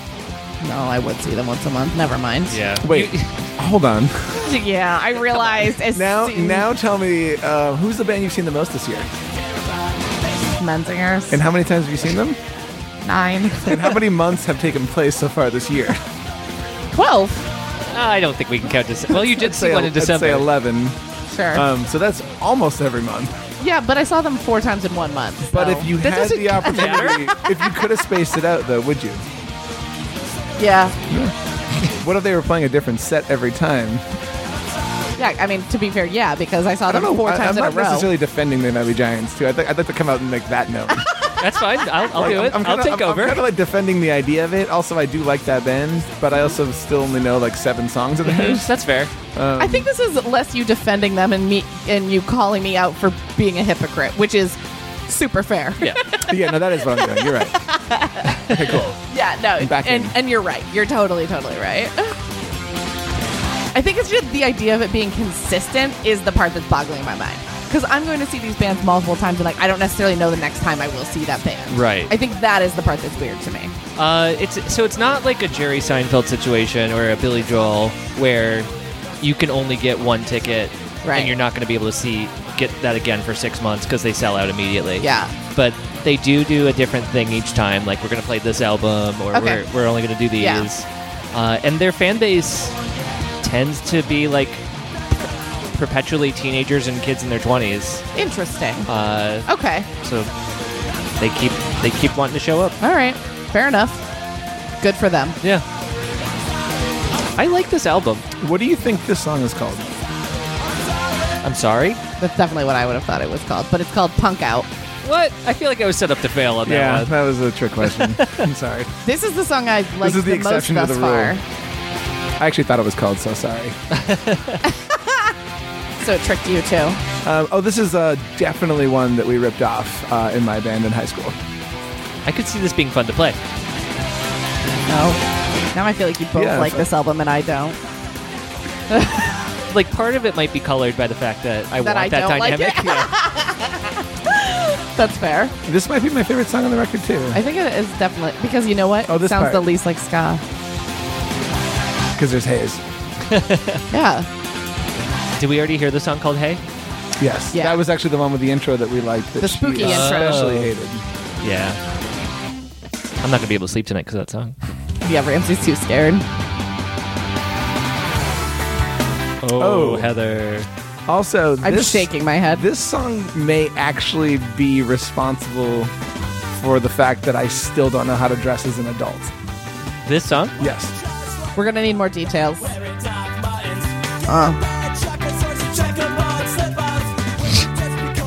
No, I would see them once a month. Never mind. Yeah. Wait, You- [laughs] hold on. [laughs] Yeah, I realized as Now, soon- now tell me, uh, who's the band you've seen the most this year, Menzingers. and how many times have you seen them, [laughs] nine. and how many months have taken place so far [laughs] this year? Twelve. I don't think we can count December. Well, you did I'd see say one el- in I'd say December. eleven. Sure. Um, so that's almost every month. yeah, but I saw them four times in one month. But so- if you That [laughs] had doesn't the opportunity, if you could have spaced it out, though, would you? Yeah. What if they were playing a different set every time? Yeah, I mean to be fair, yeah, because I saw I don't them know. four I, times in am not a row. necessarily defending the Mighty Giants too. I'd, like- I'd like to come out and make that known. That's fine. I'll, I'll do it. I'm, I'm I'll kinda, take I'm, over. I'm kind of like defending the idea of it. Also, I do like that band, but I also still only know like seven songs of theirs. [laughs] That's fair. I think this is less you defending them and me and you calling me out for being a hypocrite, which is super fair. Yeah. yeah, no, that is what I'm doing. You're right. [laughs] [laughs] Yeah, no, and, back and in. you're right. You're totally, totally right. [sighs] I think it's just the idea of it being consistent is the part that's boggling my mind. Because I'm going to see these bands multiple times, and like I don't necessarily know the next time I will see that band. Right. I think that is the part that's weird to me. Uh, it's so it's not like a Jerry Seinfeld situation or a Billy Joel where you can only get one ticket Right. and you're not going to be able to see get that again for six months because they sell out immediately. Yeah. but they do do a different thing each time. Like we're going to play this album or Okay. we're we're only going to do these. Yeah. Uh, and their fan base tends to be like perpetually teenagers and kids in their twenties. Interesting. Uh, Okay. so they keep they keep wanting to show up. All right. Fair enough. Good for them. Yeah. I like this album. What do you think this song is called? I'm sorry. That's definitely what I would have thought it was called, but it's called Punk Out. What? I feel like I was set up to fail on that yeah, one. that was a trick question. [laughs] I'm sorry. This is the song I like is the the, most exception to thus the rule. far. I actually thought it was called. So sorry. So it tricked you too. Um, oh, this is uh, definitely one that we ripped off uh, in my band in high school. I could see this being fun to play. Oh. Now I feel like you both Yeah, like if I- this album and I don't. Like part of it might be colored by the fact that I That want I that don't like it. dynamic. Yeah. That's fair. This might be my favorite song on the record too, I think it is definitely because you know what? Oh, this sounds part. the least like ska. because there's Hayes. Yeah. Did we already hear the song called Hey? Yes, Yeah. that was actually the one with the intro that we liked. That The she spooky intro. especially Oh. hated. Yeah. I'm not gonna be able to sleep tonight because of that song. Yeah, Ramsey's too scared. Oh, Oh. Heather. Also, I'm this, shaking my head. This song may actually be responsible for the fact that I still don't know how to dress as an adult. This song? Yes, We're gonna need more details.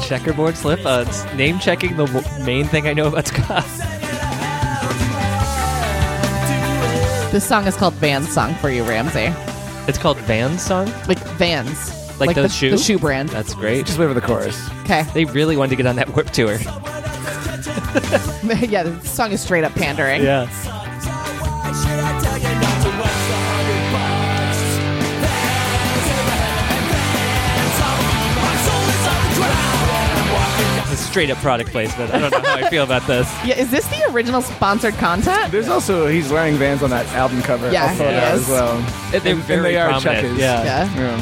Checkerboard slip ons. Name checking the w- main thing I know about Scott. This song is called Vans Song for you, Ramsey. It's called Van Song. Like Vans, Like the the shoe? the shoe brand. That's great. Just wait for the chorus. Okay, [laughs] They really wanted to get on that whip tour. yeah, this song is straight up pandering. Yeah. It's straight up product placement. I don't know how I feel about this. Yeah, is this the original sponsored content? There's also he's wearing Vans on that album cover. Yeah, I saw he that is. as well. They're And- and very they are prominent. Checkers. Yeah. Yeah. Yeah.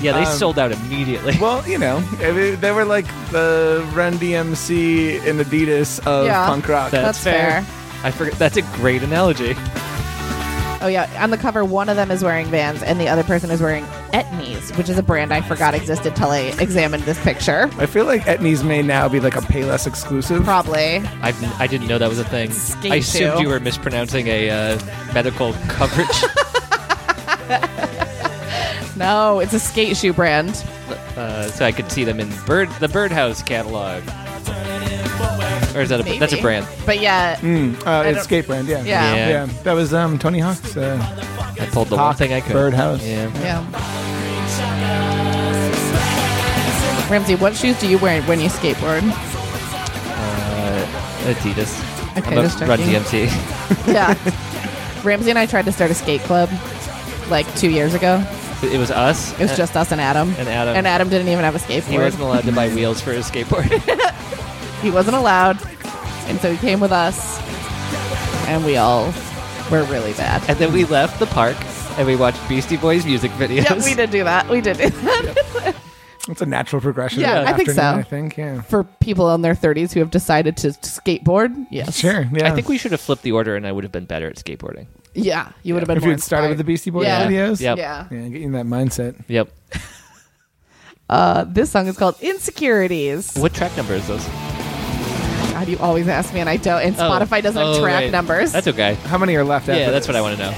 Yeah, they Um, sold out immediately. Well, you know, I mean, they were like the Run DMC and Adidas of Yeah. punk rock. That- [laughs] That's That's fair. fair. I forget. That's a great analogy. Oh yeah, on the cover, one of them is wearing Vans, and the other person is wearing Etnies, which is a brand I forgot existed till I examined this picture. I feel like Etnies may now be like a Payless exclusive. Probably. I I didn't know that was a thing. Skate I assumed shoe. you were mispronouncing a uh, medical [laughs] coverage. No, it's a skate shoe brand. uh, so I could see them in bird the Birdhouse catalog. Or is that a Maybe. that's a brand? But yeah, Mm, uh, don't- it's skate brand. Yeah. Yeah. Yeah. Yeah. That was um, Tony Hawk's. Uh, I pulled the one Hawk, thing I could. Birdhouse. Yeah. yeah. Ramsey, what shoes do you wear when you skateboard? Uh, Adidas. Okay, I'm a just Run checking. DMC. Yeah. Ramsey and I tried to start a skate club like two years ago. [laughs] It was us. It was and- just us and Adam. Uh, And Adam. And Adam didn't even have a He skateboard. wasn't allowed to buy wheels for his [laughs] skateboard. he wasn't allowed. And so he came with us, and we all were really bad. and then we left the park and we watched Beastie Boys music videos. Yeah, we did do that. We did do that. It's a natural progression. Yeah, of I think afternoon, so. I think. Yeah. For people in their 30s who have decided to skateboard, yes. Sure. Yeah. I think we should have flipped the order and I would have been better at skateboarding. Yeah, you would have been If more you had started with the inspired. Beastie Boys Yeah. videos. Yep. Yeah. Yeah. Get you in that mindset. Yep. Uh, this song is called Insecurities. What track number is this? God, you always ask me, and I don't. And Oh. [laughs] Spotify doesn't have Oh, track right. numbers. That's okay. How many are left? yeah, after that's this? what I want to know.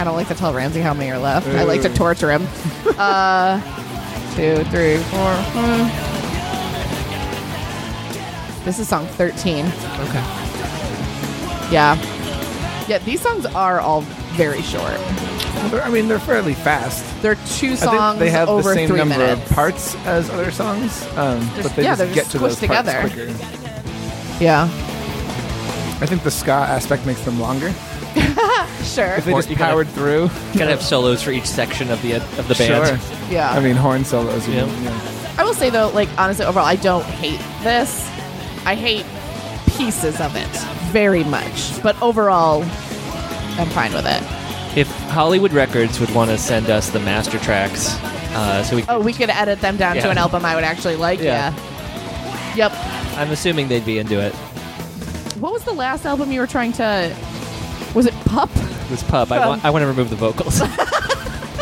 I don't like to tell Ramsey how many are left. I like to Ooh. torture [laughs] him. uh, two, three, four. hmm. This is song 13. Okay. Yeah. Yeah, these songs are all very short. Well, they're- I mean, they're fairly fast. They're two I songs think they have over the same three number minutes. of parts as other songs, um, but they yeah, they're just just get to those squished parts together. quicker. Yeah. I think the ska aspect makes them longer. Sure. If they Or just you gotta- powered through, Gotta have solos for each section of the of the sure. band. Yeah. I mean, horn solos. you Yeah. mean, yeah. I will say though, like honestly, overall, I don't hate this. I hate pieces of it very much, but overall, I'm fine with it. If Hollywood Records would want to send us the master tracks, uh, so we, Oh, we could edit them down to Yeah. an album I would actually like. Yeah. Yeah. Yep. I'm assuming they'd be into it. What was the last album you were trying to? Was it Pup? This pub, I Um. want, I want to remove the [laughs] vocals.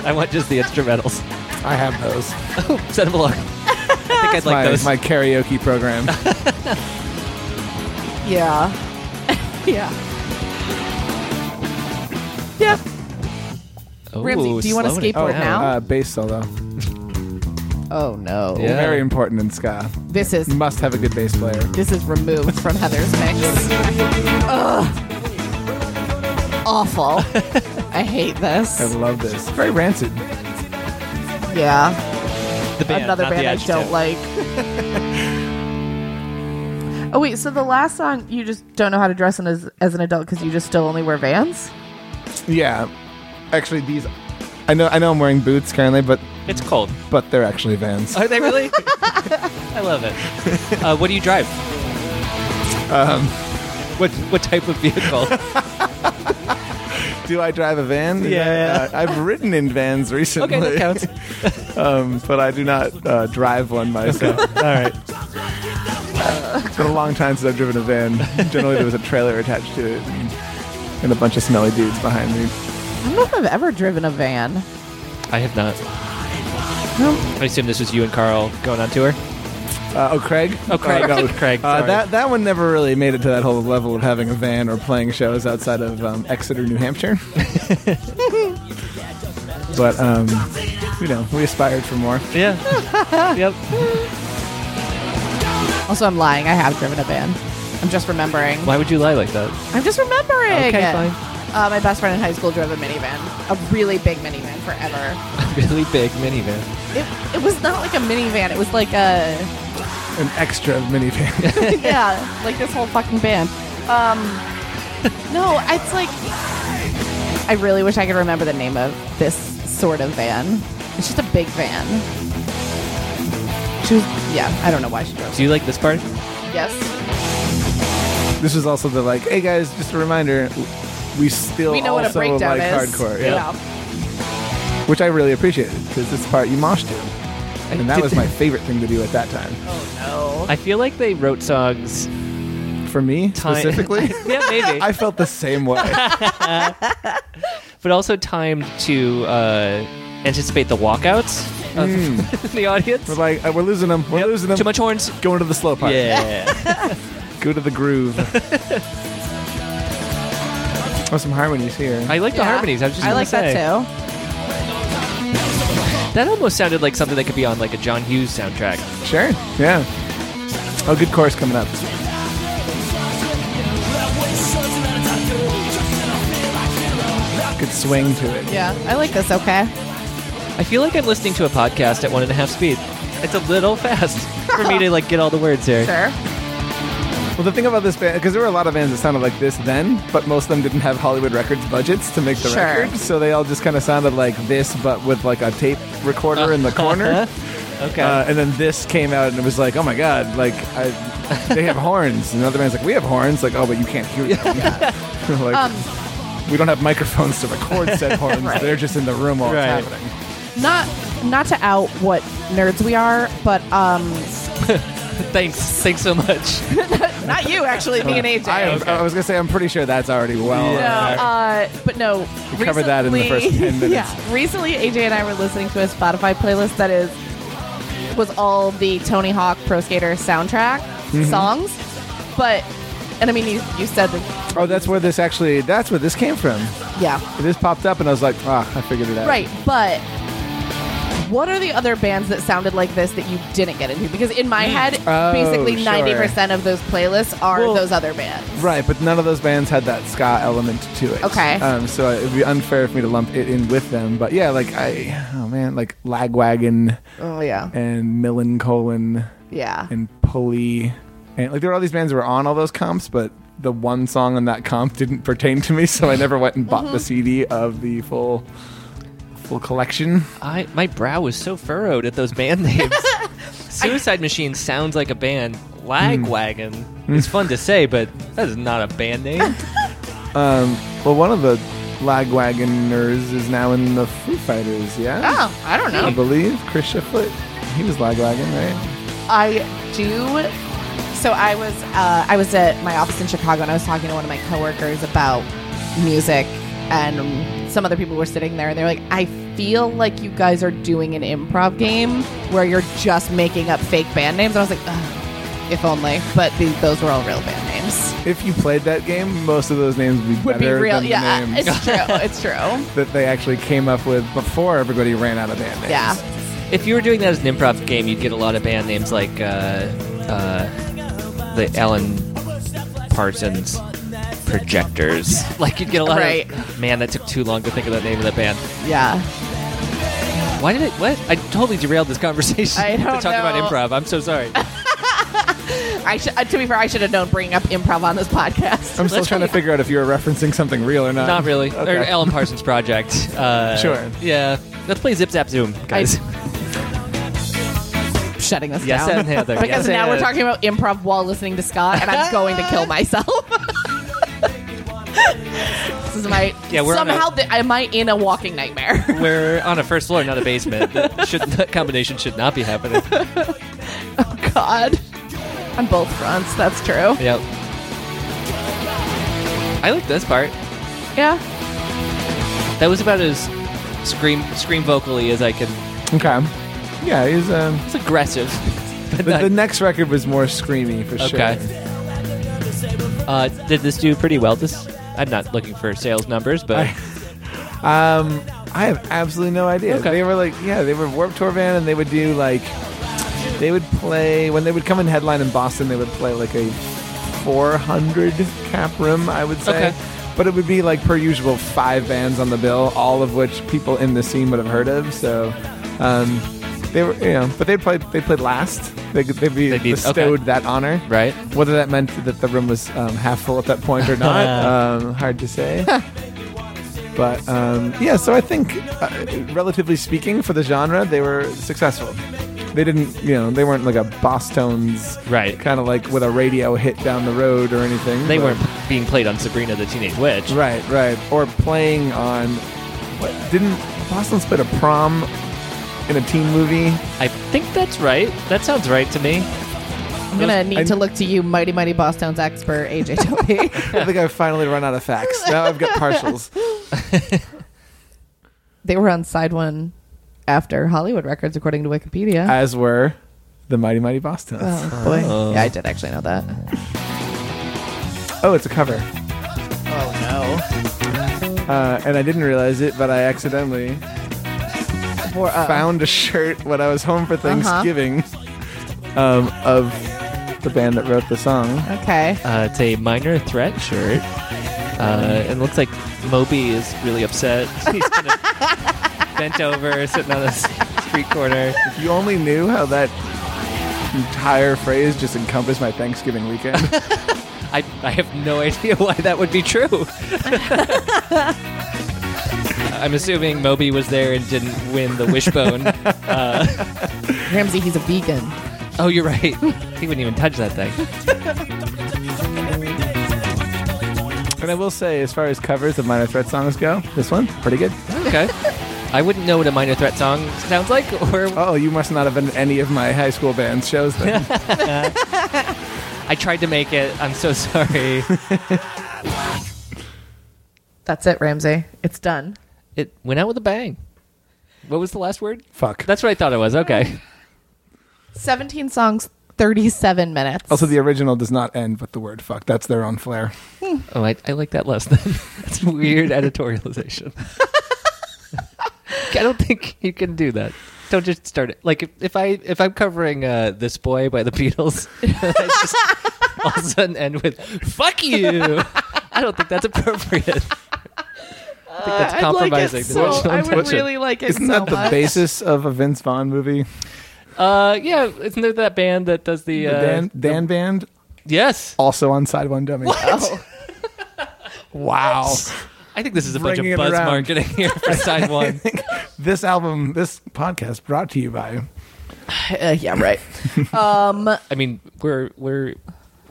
I want just the instrumentals. I have those. Oh, send them [laughs] along. I think I'd like my, those. my karaoke program. Yeah. [laughs] yeah. Yep. Ooh, Ramsey, do you wanna slowing it Oh, skateboard down. now? uh, bass solo. Oh no. Yeah. Very important in ska. This is Must have a good bass player. this is removed from Heather's mix. Ugh. Awful. I hate I this. love this. Very rancid. Yeah. The band, Another not the band I adjective. don't [laughs] like. oh wait, so the last song you just don't know how to dress in as, as an adult because you just still only wear Vans? Yeah. Actually, these. I know. I know. I'm wearing boots currently, but It's cold. but they're actually Vans. Are they [laughs] really? I love it. Uh, what do you drive? Um, What what type of [laughs] vehicle? Do I drive a van? Is Yeah. that- uh, I've ridden in vans recently. okay, that counts. [laughs] um, but I do not uh, drive one myself. All right. It's been a long time since I've driven a van. Generally, there was a trailer attached to it and, and a bunch of smelly dudes behind me. I don't know if I've ever driven a van. I have not. No. I assume this was you and Carl going on tour. Uh, oh, Craig. Oh, Craig. Uh, no. [laughs] Craig, Uh, sorry. that that one never really made it to that whole level of having a van or playing shows outside of um, Exeter, [laughs] New Hampshire. but um, you know, we aspired for more. Yeah. [laughs] yep. Also, I'm lying. I have driven a van. I'm just remembering. Why would you lie like that? I'm just remembering. Okay, fine. Uh, my best friend in high school drove a minivan, a really big minivan forever. [laughs] really big minivan. It, it was not like a minivan. It was like a An extra minivan. yeah, like this whole fucking band. Um, no, it's like I really wish I could remember the name of this sort of van. It's just a big van. She was, yeah, I don't know why she drove. Do you like this part? Yes, this was also the like, hey guys, just a reminder. We still we know what a also breakdown like is. hardcore, Yeah. which I really appreciated because this part you moshed to, and that Did- [laughs] was my favorite thing to do at that time. Oh no. I feel like they wrote songs For me time- [laughs] specifically, yeah, maybe. I felt the [laughs] same way. but also timed to uh, anticipate the walkouts of [laughs] the audience. We're like, uh, we're losing them. We're Yep. losing them. Too much horns. Going to the slow part. Yeah. Go to [laughs] the groove. oh, some harmonies here. I like the Yeah. harmonies. I was just I gonna like say. that too. That almost sounded like something that could be on like a John Hughes soundtrack. sure. Yeah. Oh, good chorus coming up. Good swing to it. Yeah, I like this. Okay. I feel like I'm listening to a podcast at one and a half speed. It's a little [laughs] fast for me to like get all the words here. [laughs] Sure. Well, the thing about this band, because there were a lot of bands that sounded like this then, but most of them didn't have Hollywood Records budgets to make the Sure. record, so they all just kind of sounded like this, but with like a tape recorder in the corner. Uh-huh. [laughs] okay. Uh, and then this came out, and it was like, oh my god, like [laughs] I, they have horns. And another man's like, we have horns. Like, oh, but you can't hear them. [laughs] like, we don't have microphones to record [laughs] said horns. Um, Right. They're just in the room all the Right. time. Not not to out what nerds we are, but um, thanks. Thanks so much. not you actually, me and AJ. I, am- I was gonna say, I'm pretty sure that's already well. No, uh, but no. We covered that in the first [laughs] 10 minutes. Yeah, recently AJ and I were listening to a Spotify playlist that is was all the Tony Hawk Pro Skater soundtrack Mm-hmm. songs, but and I mean you you said that Oh, that's where this actually. That's where this came from. yeah This popped up, and I was like, ah, I figured it out. right, but. What are the other bands that sounded like this that you didn't get into? Because in my head, Oh, basically sure. ninety percent of those playlists are Well- those other bands. Right, but none of those bands had that ska element to it. Okay. Um, so it would be unfair for me to lump it in with them. But yeah, like I, oh man, like Lagwagon Oh yeah, and Millencolin yeah. and Pulley, and like there were all these bands that were on all those comps, but the one song on that comp didn't pertain to me, so I never went and Mm-hmm. bought the CD of the full full collection. I my brow was so furrowed at those [laughs] band names. Suicide Machine sounds like a band. Lagwagon Hmm. It's fun to say, but that is not a band [laughs] name. Um, well, one of the Lagwagoners is now in the Foo Fighters. Yeah, Oh, I don't know. I believe Chris Shiflett. He was Lagwagon, right? I do. So I was uh, I was at my office in Chicago, and I was talking to one of my coworkers about music, and some other people were sitting there, and they were like, "I feel like you guys are doing an improv game where you're just making up fake band names." And I was like, Ugh, "If only." But the, those were all real band names. If you played that game, most of those names would be Would better be real, than yeah. the names It's true. It's true. [laughs] that they actually came up with before everybody ran out of band names. Yeah. if you were doing that as an improv game, you'd get a lot of band names like uh, uh, the Alan Parsons Projectors. [laughs] Like you'd get a lot Right. of man. That took too long to think of that name of that band. Yeah. Why did it? What? I totally derailed this conversation [laughs] I to don't talk about know. improv. I'm so [laughs] sorry. I should. uh, to be fair, I should have known bringing up improv on this podcast. I'm still Let's trying to go- figure out if you were referencing something real or not. Not really. Okay. Or Alan Parsons Project. Uh, Sure. Yeah. Let's play Zip Zap Zoom, [laughs] guys. shutting this Yes down. and Heather. Because Yes now we're and- talking about improv while listening to Scott, and I'm going to kill myself. [laughs] this is my Yeah, we're on somehow. a- thi- am I in a walking nightmare? [laughs] We're on a first floor, not a basement. That, should, that combination should not be [laughs] happening. oh God, on both fronts. That's true. Yep. I like this part. Yeah, That was about as scream scream vocally as I can. Okay. Yeah, he's um, It's aggressive. [laughs] but, But not, the next record was more screamy for Okay. sure. uh, did this do pretty well? This I'm not looking for sales numbers, but I- Um, I have absolutely no idea. Okay. They were like, yeah, they were Warped Tour band, and they would do like, they would play when they would come and headline in Boston. They would play like a 400 cap room, I would say. Okay. But it would be like per usual, five bands on the bill, all of which people in the scene would have heard of. So, um, they were, you know, but they played. They played last. They, could- they'd be They'd be- bestowed okay. that honor. [laughs] right. Whether that meant that the room was um, half full at that point [laughs] or not, um, hard to say. but um, yeah, so I think, uh, relatively speaking, for the genre, they were successful. They didn't, you know, they weren't like a Boston's Right. kind of like with a radio hit down the road or anything. They but- weren't being played on Sabrina the Teenage Witch. right, right, or playing on. What, didn't Boston's played a prom in a teen [laughs] movie? I think that's right. That sounds right to me. I'm gonna need I- to look to you, mighty mighty Boss Tones expert AJ [laughs] Toby. I think I've finally run out of facts. Now I've got partials. they were on side one after Hollywood Records, according to Wikipedia. As were the Mighty Mighty Boston's. oh boy, Oh. yeah, I did actually know that. Oh, it's a cover. Oh Uh, and I didn't realize it, but I accidentally no, For, uh, found a shirt when I was home for Thanksgiving um, of the band that wrote the song. okay. Uh, it's a minor threat shirt. Uh, it looks like Moby is really upset. He's kind [laughs] of bent over, sitting on a s- street corner. If you only knew how that entire phrase just encompassed my Thanksgiving weekend. I, I have no idea [laughs] why that would be true. I'm assuming Moby was there and didn't win the wishbone. Ramsey, he's a vegan. oh, you're right. He wouldn't even touch that thing. and I will say, as far as covers of Minor Threat songs go, this one, pretty good. Okay. I wouldn't know what a minor threat song sounds like, [laughs] or Oh, you must not have been at any of my high school band shows then. I tried to make it. I'm so [laughs] sorry. That's it, Ramsey. It's done. It went out with a bang. What was the last word? Fuck. That's what I thought it was. Okay. 17 songs, 37 minutes. Also, the original does not end with the word fuck. That's their own flair. Oh, I, I like that less than. [laughs] That's weird editorialization. I don't think you can do that. Don't just start it. Like if, if I if I'm covering uh, "This Boy" by the Beatles, [laughs] I just all of a sudden end with "fuck you." I don't think that's appropriate. I think Uh, that's compromising. the original intention. like it Isn't that the basis of a Vince Vaughn movie? Uh, yeah, isn't there that band that does the, uh, the Dan, Dan Band? Yes. also on Side One Dummy. wow. I think this is a Bringing it bunch of buzz around. marketing here [laughs] for side one. This album, this podcast brought to you by. [laughs] Uh, yeah, right. um, I mean, we're we're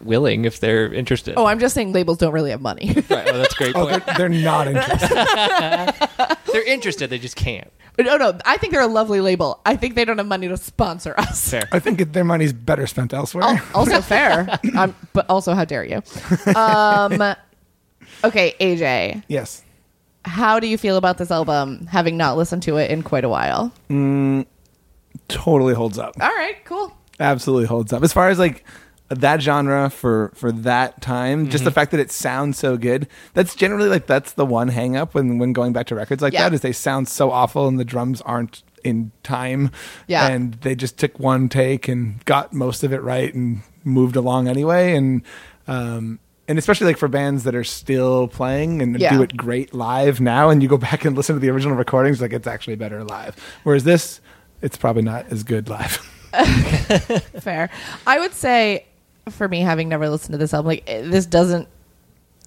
willing if they're interested. oh, I'm just saying labels don't really have money. [laughs] Right. Oh, that's a great Oh, point. they're, they're not interested. they're interested. They just can't. But Oh, no, no, I think they're a lovely label. I think they don't have money to sponsor us. Fair. I think their money's better spent elsewhere. Al- also [laughs] fair. Um, but also, how dare you? Um, okay, AJ, Yes. how do you feel about this album, having not listened to it in quite a while? Totally holds up. All right, cool. Absolutely holds up. As far as like that genre for for that time, just Mm-hmm. the fact that it sounds so good. That's generally like that's the one hang up when when going back to records like Yeah. that is they sound so awful and the drums aren't in time. Yeah. And they just took one take and got most of it right and moved along anyway and um and especially like for bands that are still playing and Yeah. do it great live now and you go back and listen to the original recordings like it's actually better live. Whereas this it's probably not as good live. [laughs] Fair. I would say, for me, having never listened to this album, like eh, this doesn't,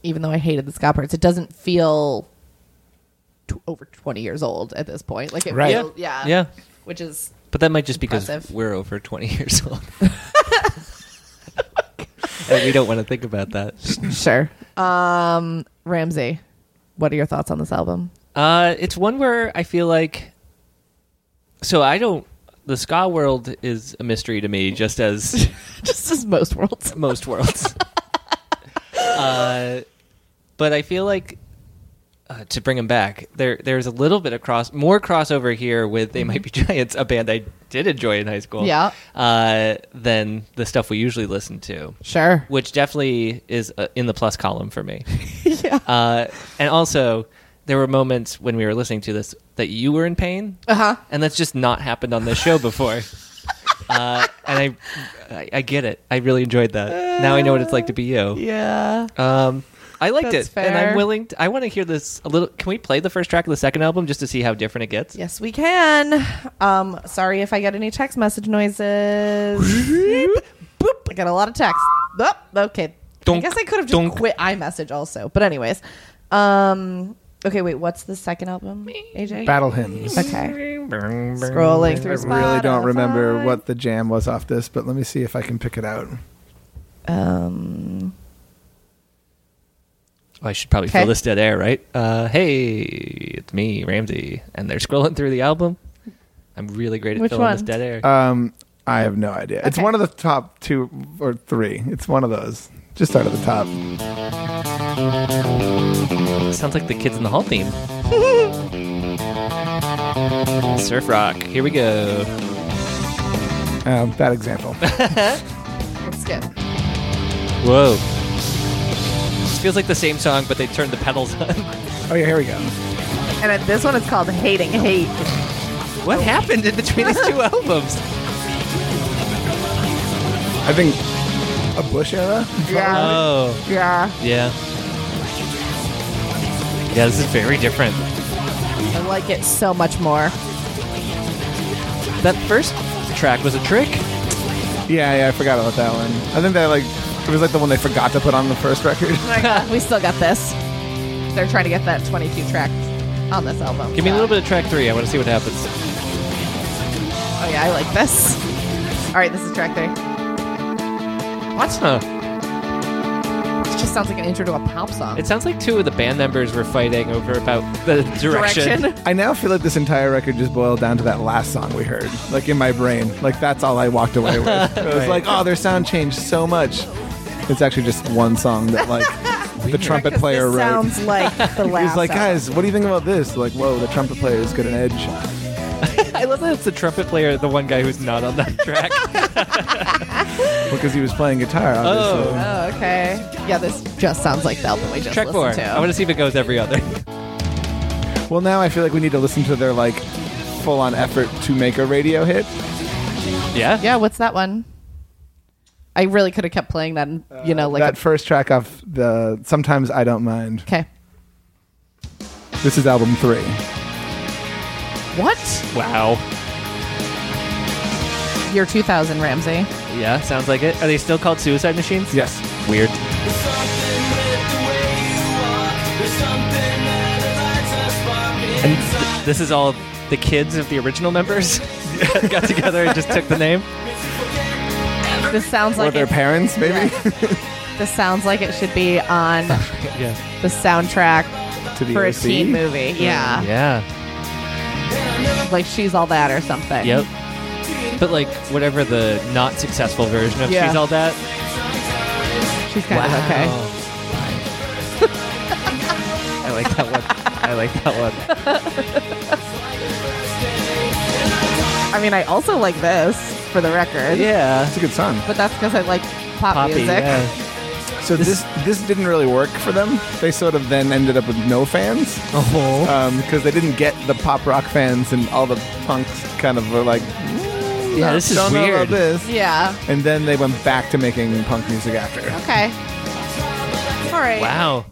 even though I hated the ska parts, it doesn't feel t- over twenty years old at this point. Like it Right. feels, yeah, Yeah. which is But that might just because Impressive. we're over 20 years old. and we don't want to think about that. sure. Um, Ramsey, what are your thoughts on this album? [laughs] Uh, it's one where I feel like. So I don't. The ska world is a mystery to me, just as Just as most worlds. most worlds. uh, but I feel like uh, to bring them back, there there's a little bit of cross more crossover here with They Might Be Giants, a band I did enjoy in high school. Yeah. uh, than the stuff we usually listen to, Sure. which definitely is uh, in the plus column for me. [laughs] yeah. Uh, and also, there were moments when we were listening to this that you were in pain, Uh-huh. and that's just not happened on this show [laughs] before. uh, and I, I, I get it. I really enjoyed that. now I know what it's like to be you. Yeah. Um, I liked That's it, and I'm fair. willing. To, I want to hear this a little. Can we play the first track of the second album just to see how different it gets? Yes, we can. Um, sorry if I get any text message noises. Beep, boop. I got a lot of text. Boop. Okay. I Dunk, guess I could have just dunk. quit iMessage also. But anyways. Um, okay, wait, what's the second album, AJ? Battle hymns. Okay. Oh, Scrolling I through really don't remember Spotify. what the jam was off this, but let me see if I can pick it out. Um, Oh, I should probably Okay. fill this dead air, right? Uh, hey, it's me, Ramsey, and they're scrolling through the album. I'm really great at Which filling this one? dead air. Um, I have no idea. It's Okay. one of the top two or three. It's one of those. Just start at the top. Sounds like the Kids in the Hall [laughs] theme. Surf rock. Here we go. Um, [laughs] bad example. let's skip. Whoa. This feels like the same song, but they turned the pedals [laughs] on. oh yeah, here we go. And uh, this one is called Hating Hate. What happened in between these [laughs] two albums? I think a Bush era. Yeah. Oh, yeah. yeah. Yeah, this is very different. I like it so much more. That first track was a trick. Yeah, yeah. I forgot about that one. I think that like it was like the one they forgot to put on the first record. [laughs] [laughs] we still got this. They're trying to get that 22 track on this album. Give me a so- little bit of track three. I want to see what happens. Oh yeah, I like this. All right, this is track three. What? It just sounds like an intro to a pop song. It sounds like two of the band members were fighting over about the direction. [laughs] I now feel like this entire record just boiled down to that last song we heard. Like in my brain, like that's all I walked away with. [laughs] It was Right. like, oh, their sound changed so much. It's actually just one song [laughs] that like the trumpet player this wrote. Sounds like [laughs] the last. He's like, album. guys, what do you think about this? Like, whoa, the trumpet player has got an edge. I love that it's the trumpet player, the one guy who's not on [laughs] that track. Because he was playing guitar, obviously. Oh, okay. Yeah, this just sounds like the album we just track listened four. to. I want to see if it goes every [laughs] other. Well, now I feel like we need to listen to their like full on effort to make a radio hit. Yeah. yeah, what's that one? I really could have kept playing that. and, You know, like Uh, that first track off the Sometimes I Don't Mind. okay, This is album three. what? Wow. Year 2000, Ramsey. Yeah, sounds like it. Are they still called Suicide Machines? Yes. Weird. And th- this is all the kids of the original members [laughs] got together and just took the name. This sounds Or like their it, parents, maybe? this sounds like it should be on Yeah. the soundtrack [laughs] to the for a OC. teen movie. Ah. Yeah. Yeah. like she's all that or something. Yep. But like whatever the not successful version of Yeah. She's All That. She's kind of okay. [laughs] I like that one. I like that one. I mean, I also like this for the record. [laughs] Yeah. It's a good song. But that's because I like pop Poppy. music. [laughs] Yeah. So this this didn't really work for them. They sort of then ended up with no fans Oh. because they didn't get the pop rock fans and all the punks kind of were like, "Mm, Yeah, this is don't know weird. about this. Yeah. And then they went back to making punk music after. Okay. All right. Wow.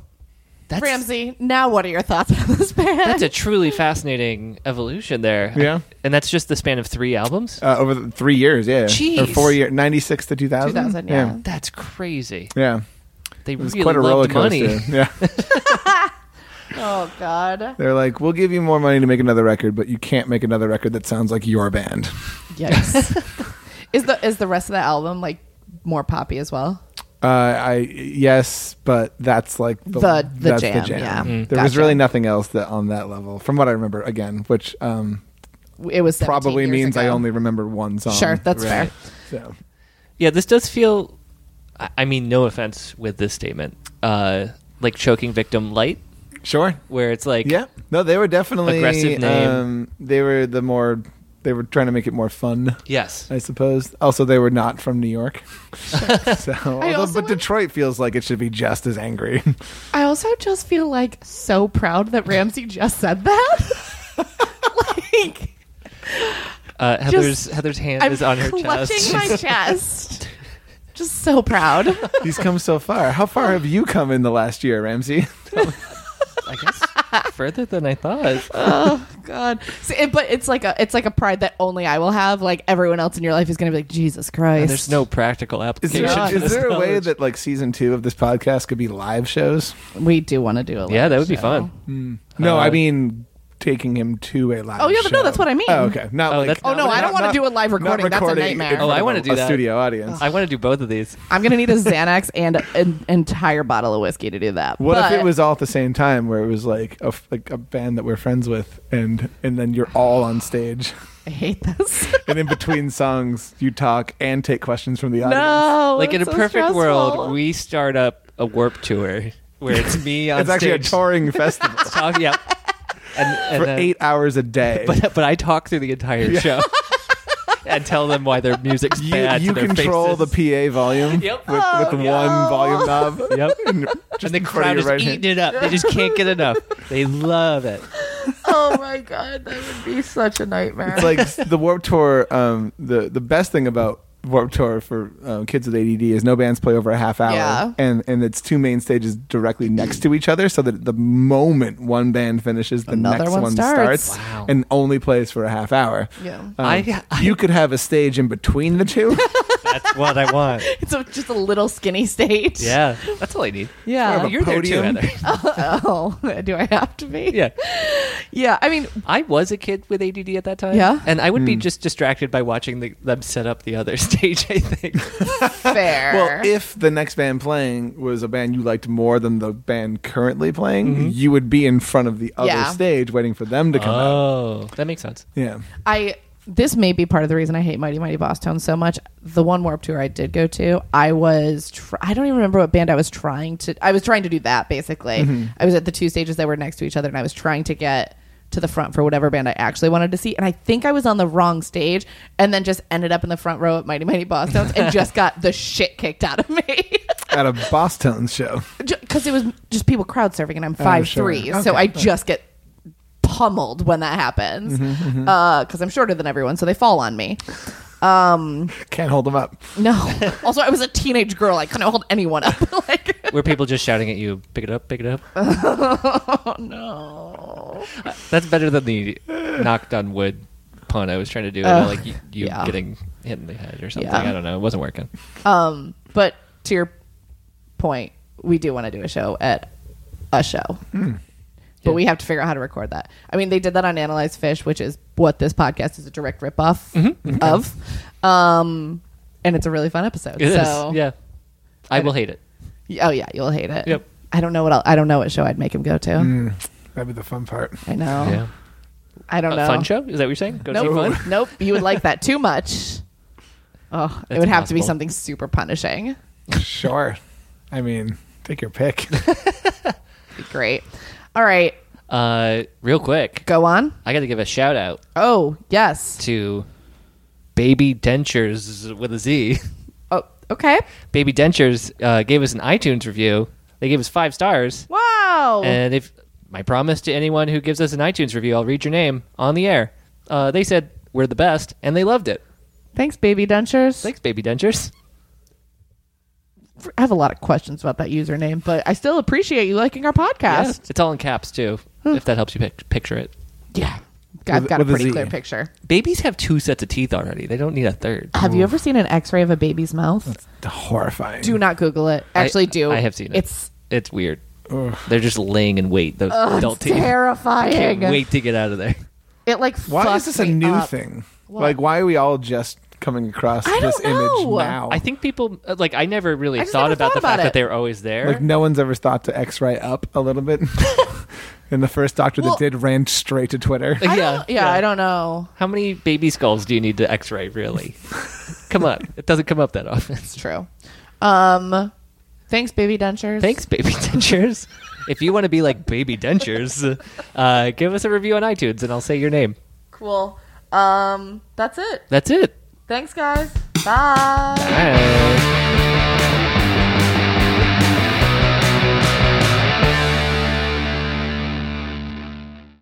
That's Ramsey, now what are your thoughts on this band? That's a truly fascinating evolution there. Yeah. And that's just the span of three albums? Uh, over the three years, yeah, or Jeez. four years, ninety six to two thousand. 2000, yeah. That's crazy. yeah. It They was really quite a roller loved coaster. money. [laughs] Yeah, [laughs] oh God. they're like, we'll give you more money to make another record, but you can't make another record that sounds like your band. Yikes. [laughs] is the is the rest of the album like more poppy as well? Uh, I yes, but that's like The- the that's jam, yeah. Mm. There was Gotcha. really nothing else that on that level, from what I remember. Again, which um, It was 17 probably years means I ago. only remember one song. Sure, that's fair. Right. so. Yeah, this does feel, I I mean, no offense with this statement, uh, like choking victim light. Sure. where it's like Yeah. No, they were definitely Aggressive name. Um, they were the more. They were trying to make it more fun, yes I suppose. Also, they were not from [laughs] New York, so although, also but want- Detroit feels like it should be just as angry. [laughs] I also just feel like so proud that Ramsey just said that. [laughs] like uh, Heather's Heather's hand I'm is on her clutching chest my chest. Just so proud. He's come so far. How far have you come in the last year, Ramsey? [laughs] I guess further than I thought oh God! So it, but it's like a it's like a pride that only I will have. Like everyone else in your life is gonna be like Jesus Christ. and there's no practical Is application there, is Yeah. to this there a way knowledge. that like season two of this podcast could be live shows? We do want to do a live yeah that would be show. fun No, Uh, I mean taking him to a live. Oh, yeah, but no, show. that's what I mean. Oh, okay, not Oh, like. that's- Oh no, No, I not- don't want to not- do a live not recording. That's a recording in nightmare. Uh, Oh, front I of wanna a- do a that. studio audience. I want to do both of these I'm gonna need a Xanax and an entire bottle of whiskey to do that. What if But- it was all at the same time, where it was like a f- like a band that we're friends with, and and then you're all on stage, [laughs] I [laughs] hate this. and in between songs you talk and take questions from the audience. no, like in a that's so perfect stressful. world we start up a warp tour where it's [laughs] me on it's actually a stage [laughs] touring festival talk- [laughs] yeah and, and for then- eight hours a day. but but I talk through the entire [laughs] show and tell them why their music's you, bad. you to their control faces. the PA [laughs] volume Yep. with, with Oh, one volume knob. [laughs] Yep. [laughs] And, and just the in front crowd of is your right hand. eating it up. They just can't get enough. They love it. oh my god, that would be such a nightmare. It's like the Warp Tour. Um, the the best thing about Warp Tour for um, kids with ADD is no bands play over a half hour, Yeah. and and it's two main stages directly next to each other, so that the moment one band finishes, the Another next one one, starts. starts, Wow. and only plays for a half hour. Yeah. Um, I- I- you could have a stage in between the two. That's what I [laughs] want. it's a, just a little skinny stage. Yeah, that's all I need. Yeah. Well, you're podium. there too, Heather. [laughs] Oh, do I have to be? [laughs] Yeah, Yeah. [laughs] I mean, I was a kid with ADD at that time. Yeah? and I would Hmm. be just distracted by watching the, them set up the other [laughs] stage. I think. fair. Well, if the next band playing was a band you liked more than the band currently playing, you would be in front of the other Yeah. stage waiting for them to come out. Oh, that makes sense. Yeah. I this may be part of the reason I hate Mighty Mighty Boss Town so much. The one warp tour I did go to, I was tr- I don't even remember what band I was trying to I was trying to do that basically. I was at the two stages that were next to each other and I was trying to get to the front for whatever band I actually wanted to see and I think I was on the wrong stage and then just ended up in the front row at Mighty Mighty Boss Towns and just got the shit kicked out of me. [laughs] At a Boston show. [laughs] because it was just people crowd surfing and I'm Oh, five three, sure. so Okay. I just get pummeled when that happens because Mm-hmm, I'm shorter than everyone, so they fall on me. Can't hold them up. No, [laughs] also I was a teenage girl; I couldn't hold anyone up. [laughs] like, Were people just shouting at you, "Pick it up, pick it up"? oh no, That's better than the knocked on wood pun I was trying to do. Ugh, about, like you, you Uh, yeah. getting hit in the head or something. Yeah. I don't know. It wasn't working. Um, but to your point, we do want to do a show at a show. But Hmm. Yeah. we have to figure out how to record that. I mean, they did that on Analyze Fish, which is what this podcast is a direct ripoff Mm-hmm, of. Um, and it's a really fun [laughs] episode. It is. so Yeah. I, will hate it. yeah. oh yeah, you'll hate it. Yep. I don't know what I'll, I don't know what show I'd make him go to. Mm. That'd be the fun part. I know. I don't A know. Uh, fun show? Is that what you're saying? Go see Nope. [laughs] fun? nope. You would like that too much. Oh, it That's would have to be possible. something super punishing. Sure. I mean, take [laughs] your pick. Be great. All right, Uh, real quick, go on. I got to give a shout out Oh yes. to Baby Dentures with a Z. [laughs] Oh okay. Baby Dentures uh, gave us an iTunes review. They gave us five stars. Wow. And if my promise to anyone who gives us an iTunes review, I'll read your name on the air. Uh, they said we're the best, and they loved it. Thanks, baby dentures. Thanks, Baby Dentures. I have a lot of questions about that username, but I still appreciate you liking our Yeah, podcast. it's all in caps too, if that helps you pic- picture it. Yeah. I've With- got with a a pretty Z. clear picture. Babies have two sets of teeth already. They don't need a third. Have you ever seen an X-ray of a baby's mouth? Horrifying. Do not Google it. Actually, I- do. I have seen it. It's It's weird. They're just laying in wait. Those adult teeth. terrifying. Can't wait to get out of there. It like why is fucks this a me new up. thing? What? Like, why are we all just coming across I don't this image know. now? I think people uh, like I never really I just thought never about thought the about fact it. that they were always there. [laughs] like no one's ever thought to X-ray up a [laughs] little bit. [laughs] and the first doctor Well- that did ran straight [laughs] to Twitter. I don't- yeah, I don't know. How many baby skulls do you need to [laughs] X-ray? Really? come on, it doesn't come up that often. It's true. Um, Thanks, baby dentures. Thanks, baby [laughs] dentures. if you want to be like baby dentures, uh, give us a review on iTunes and I'll say your name. Cool. Um, that's it. That's it. Thanks, guys. Bye. Bye.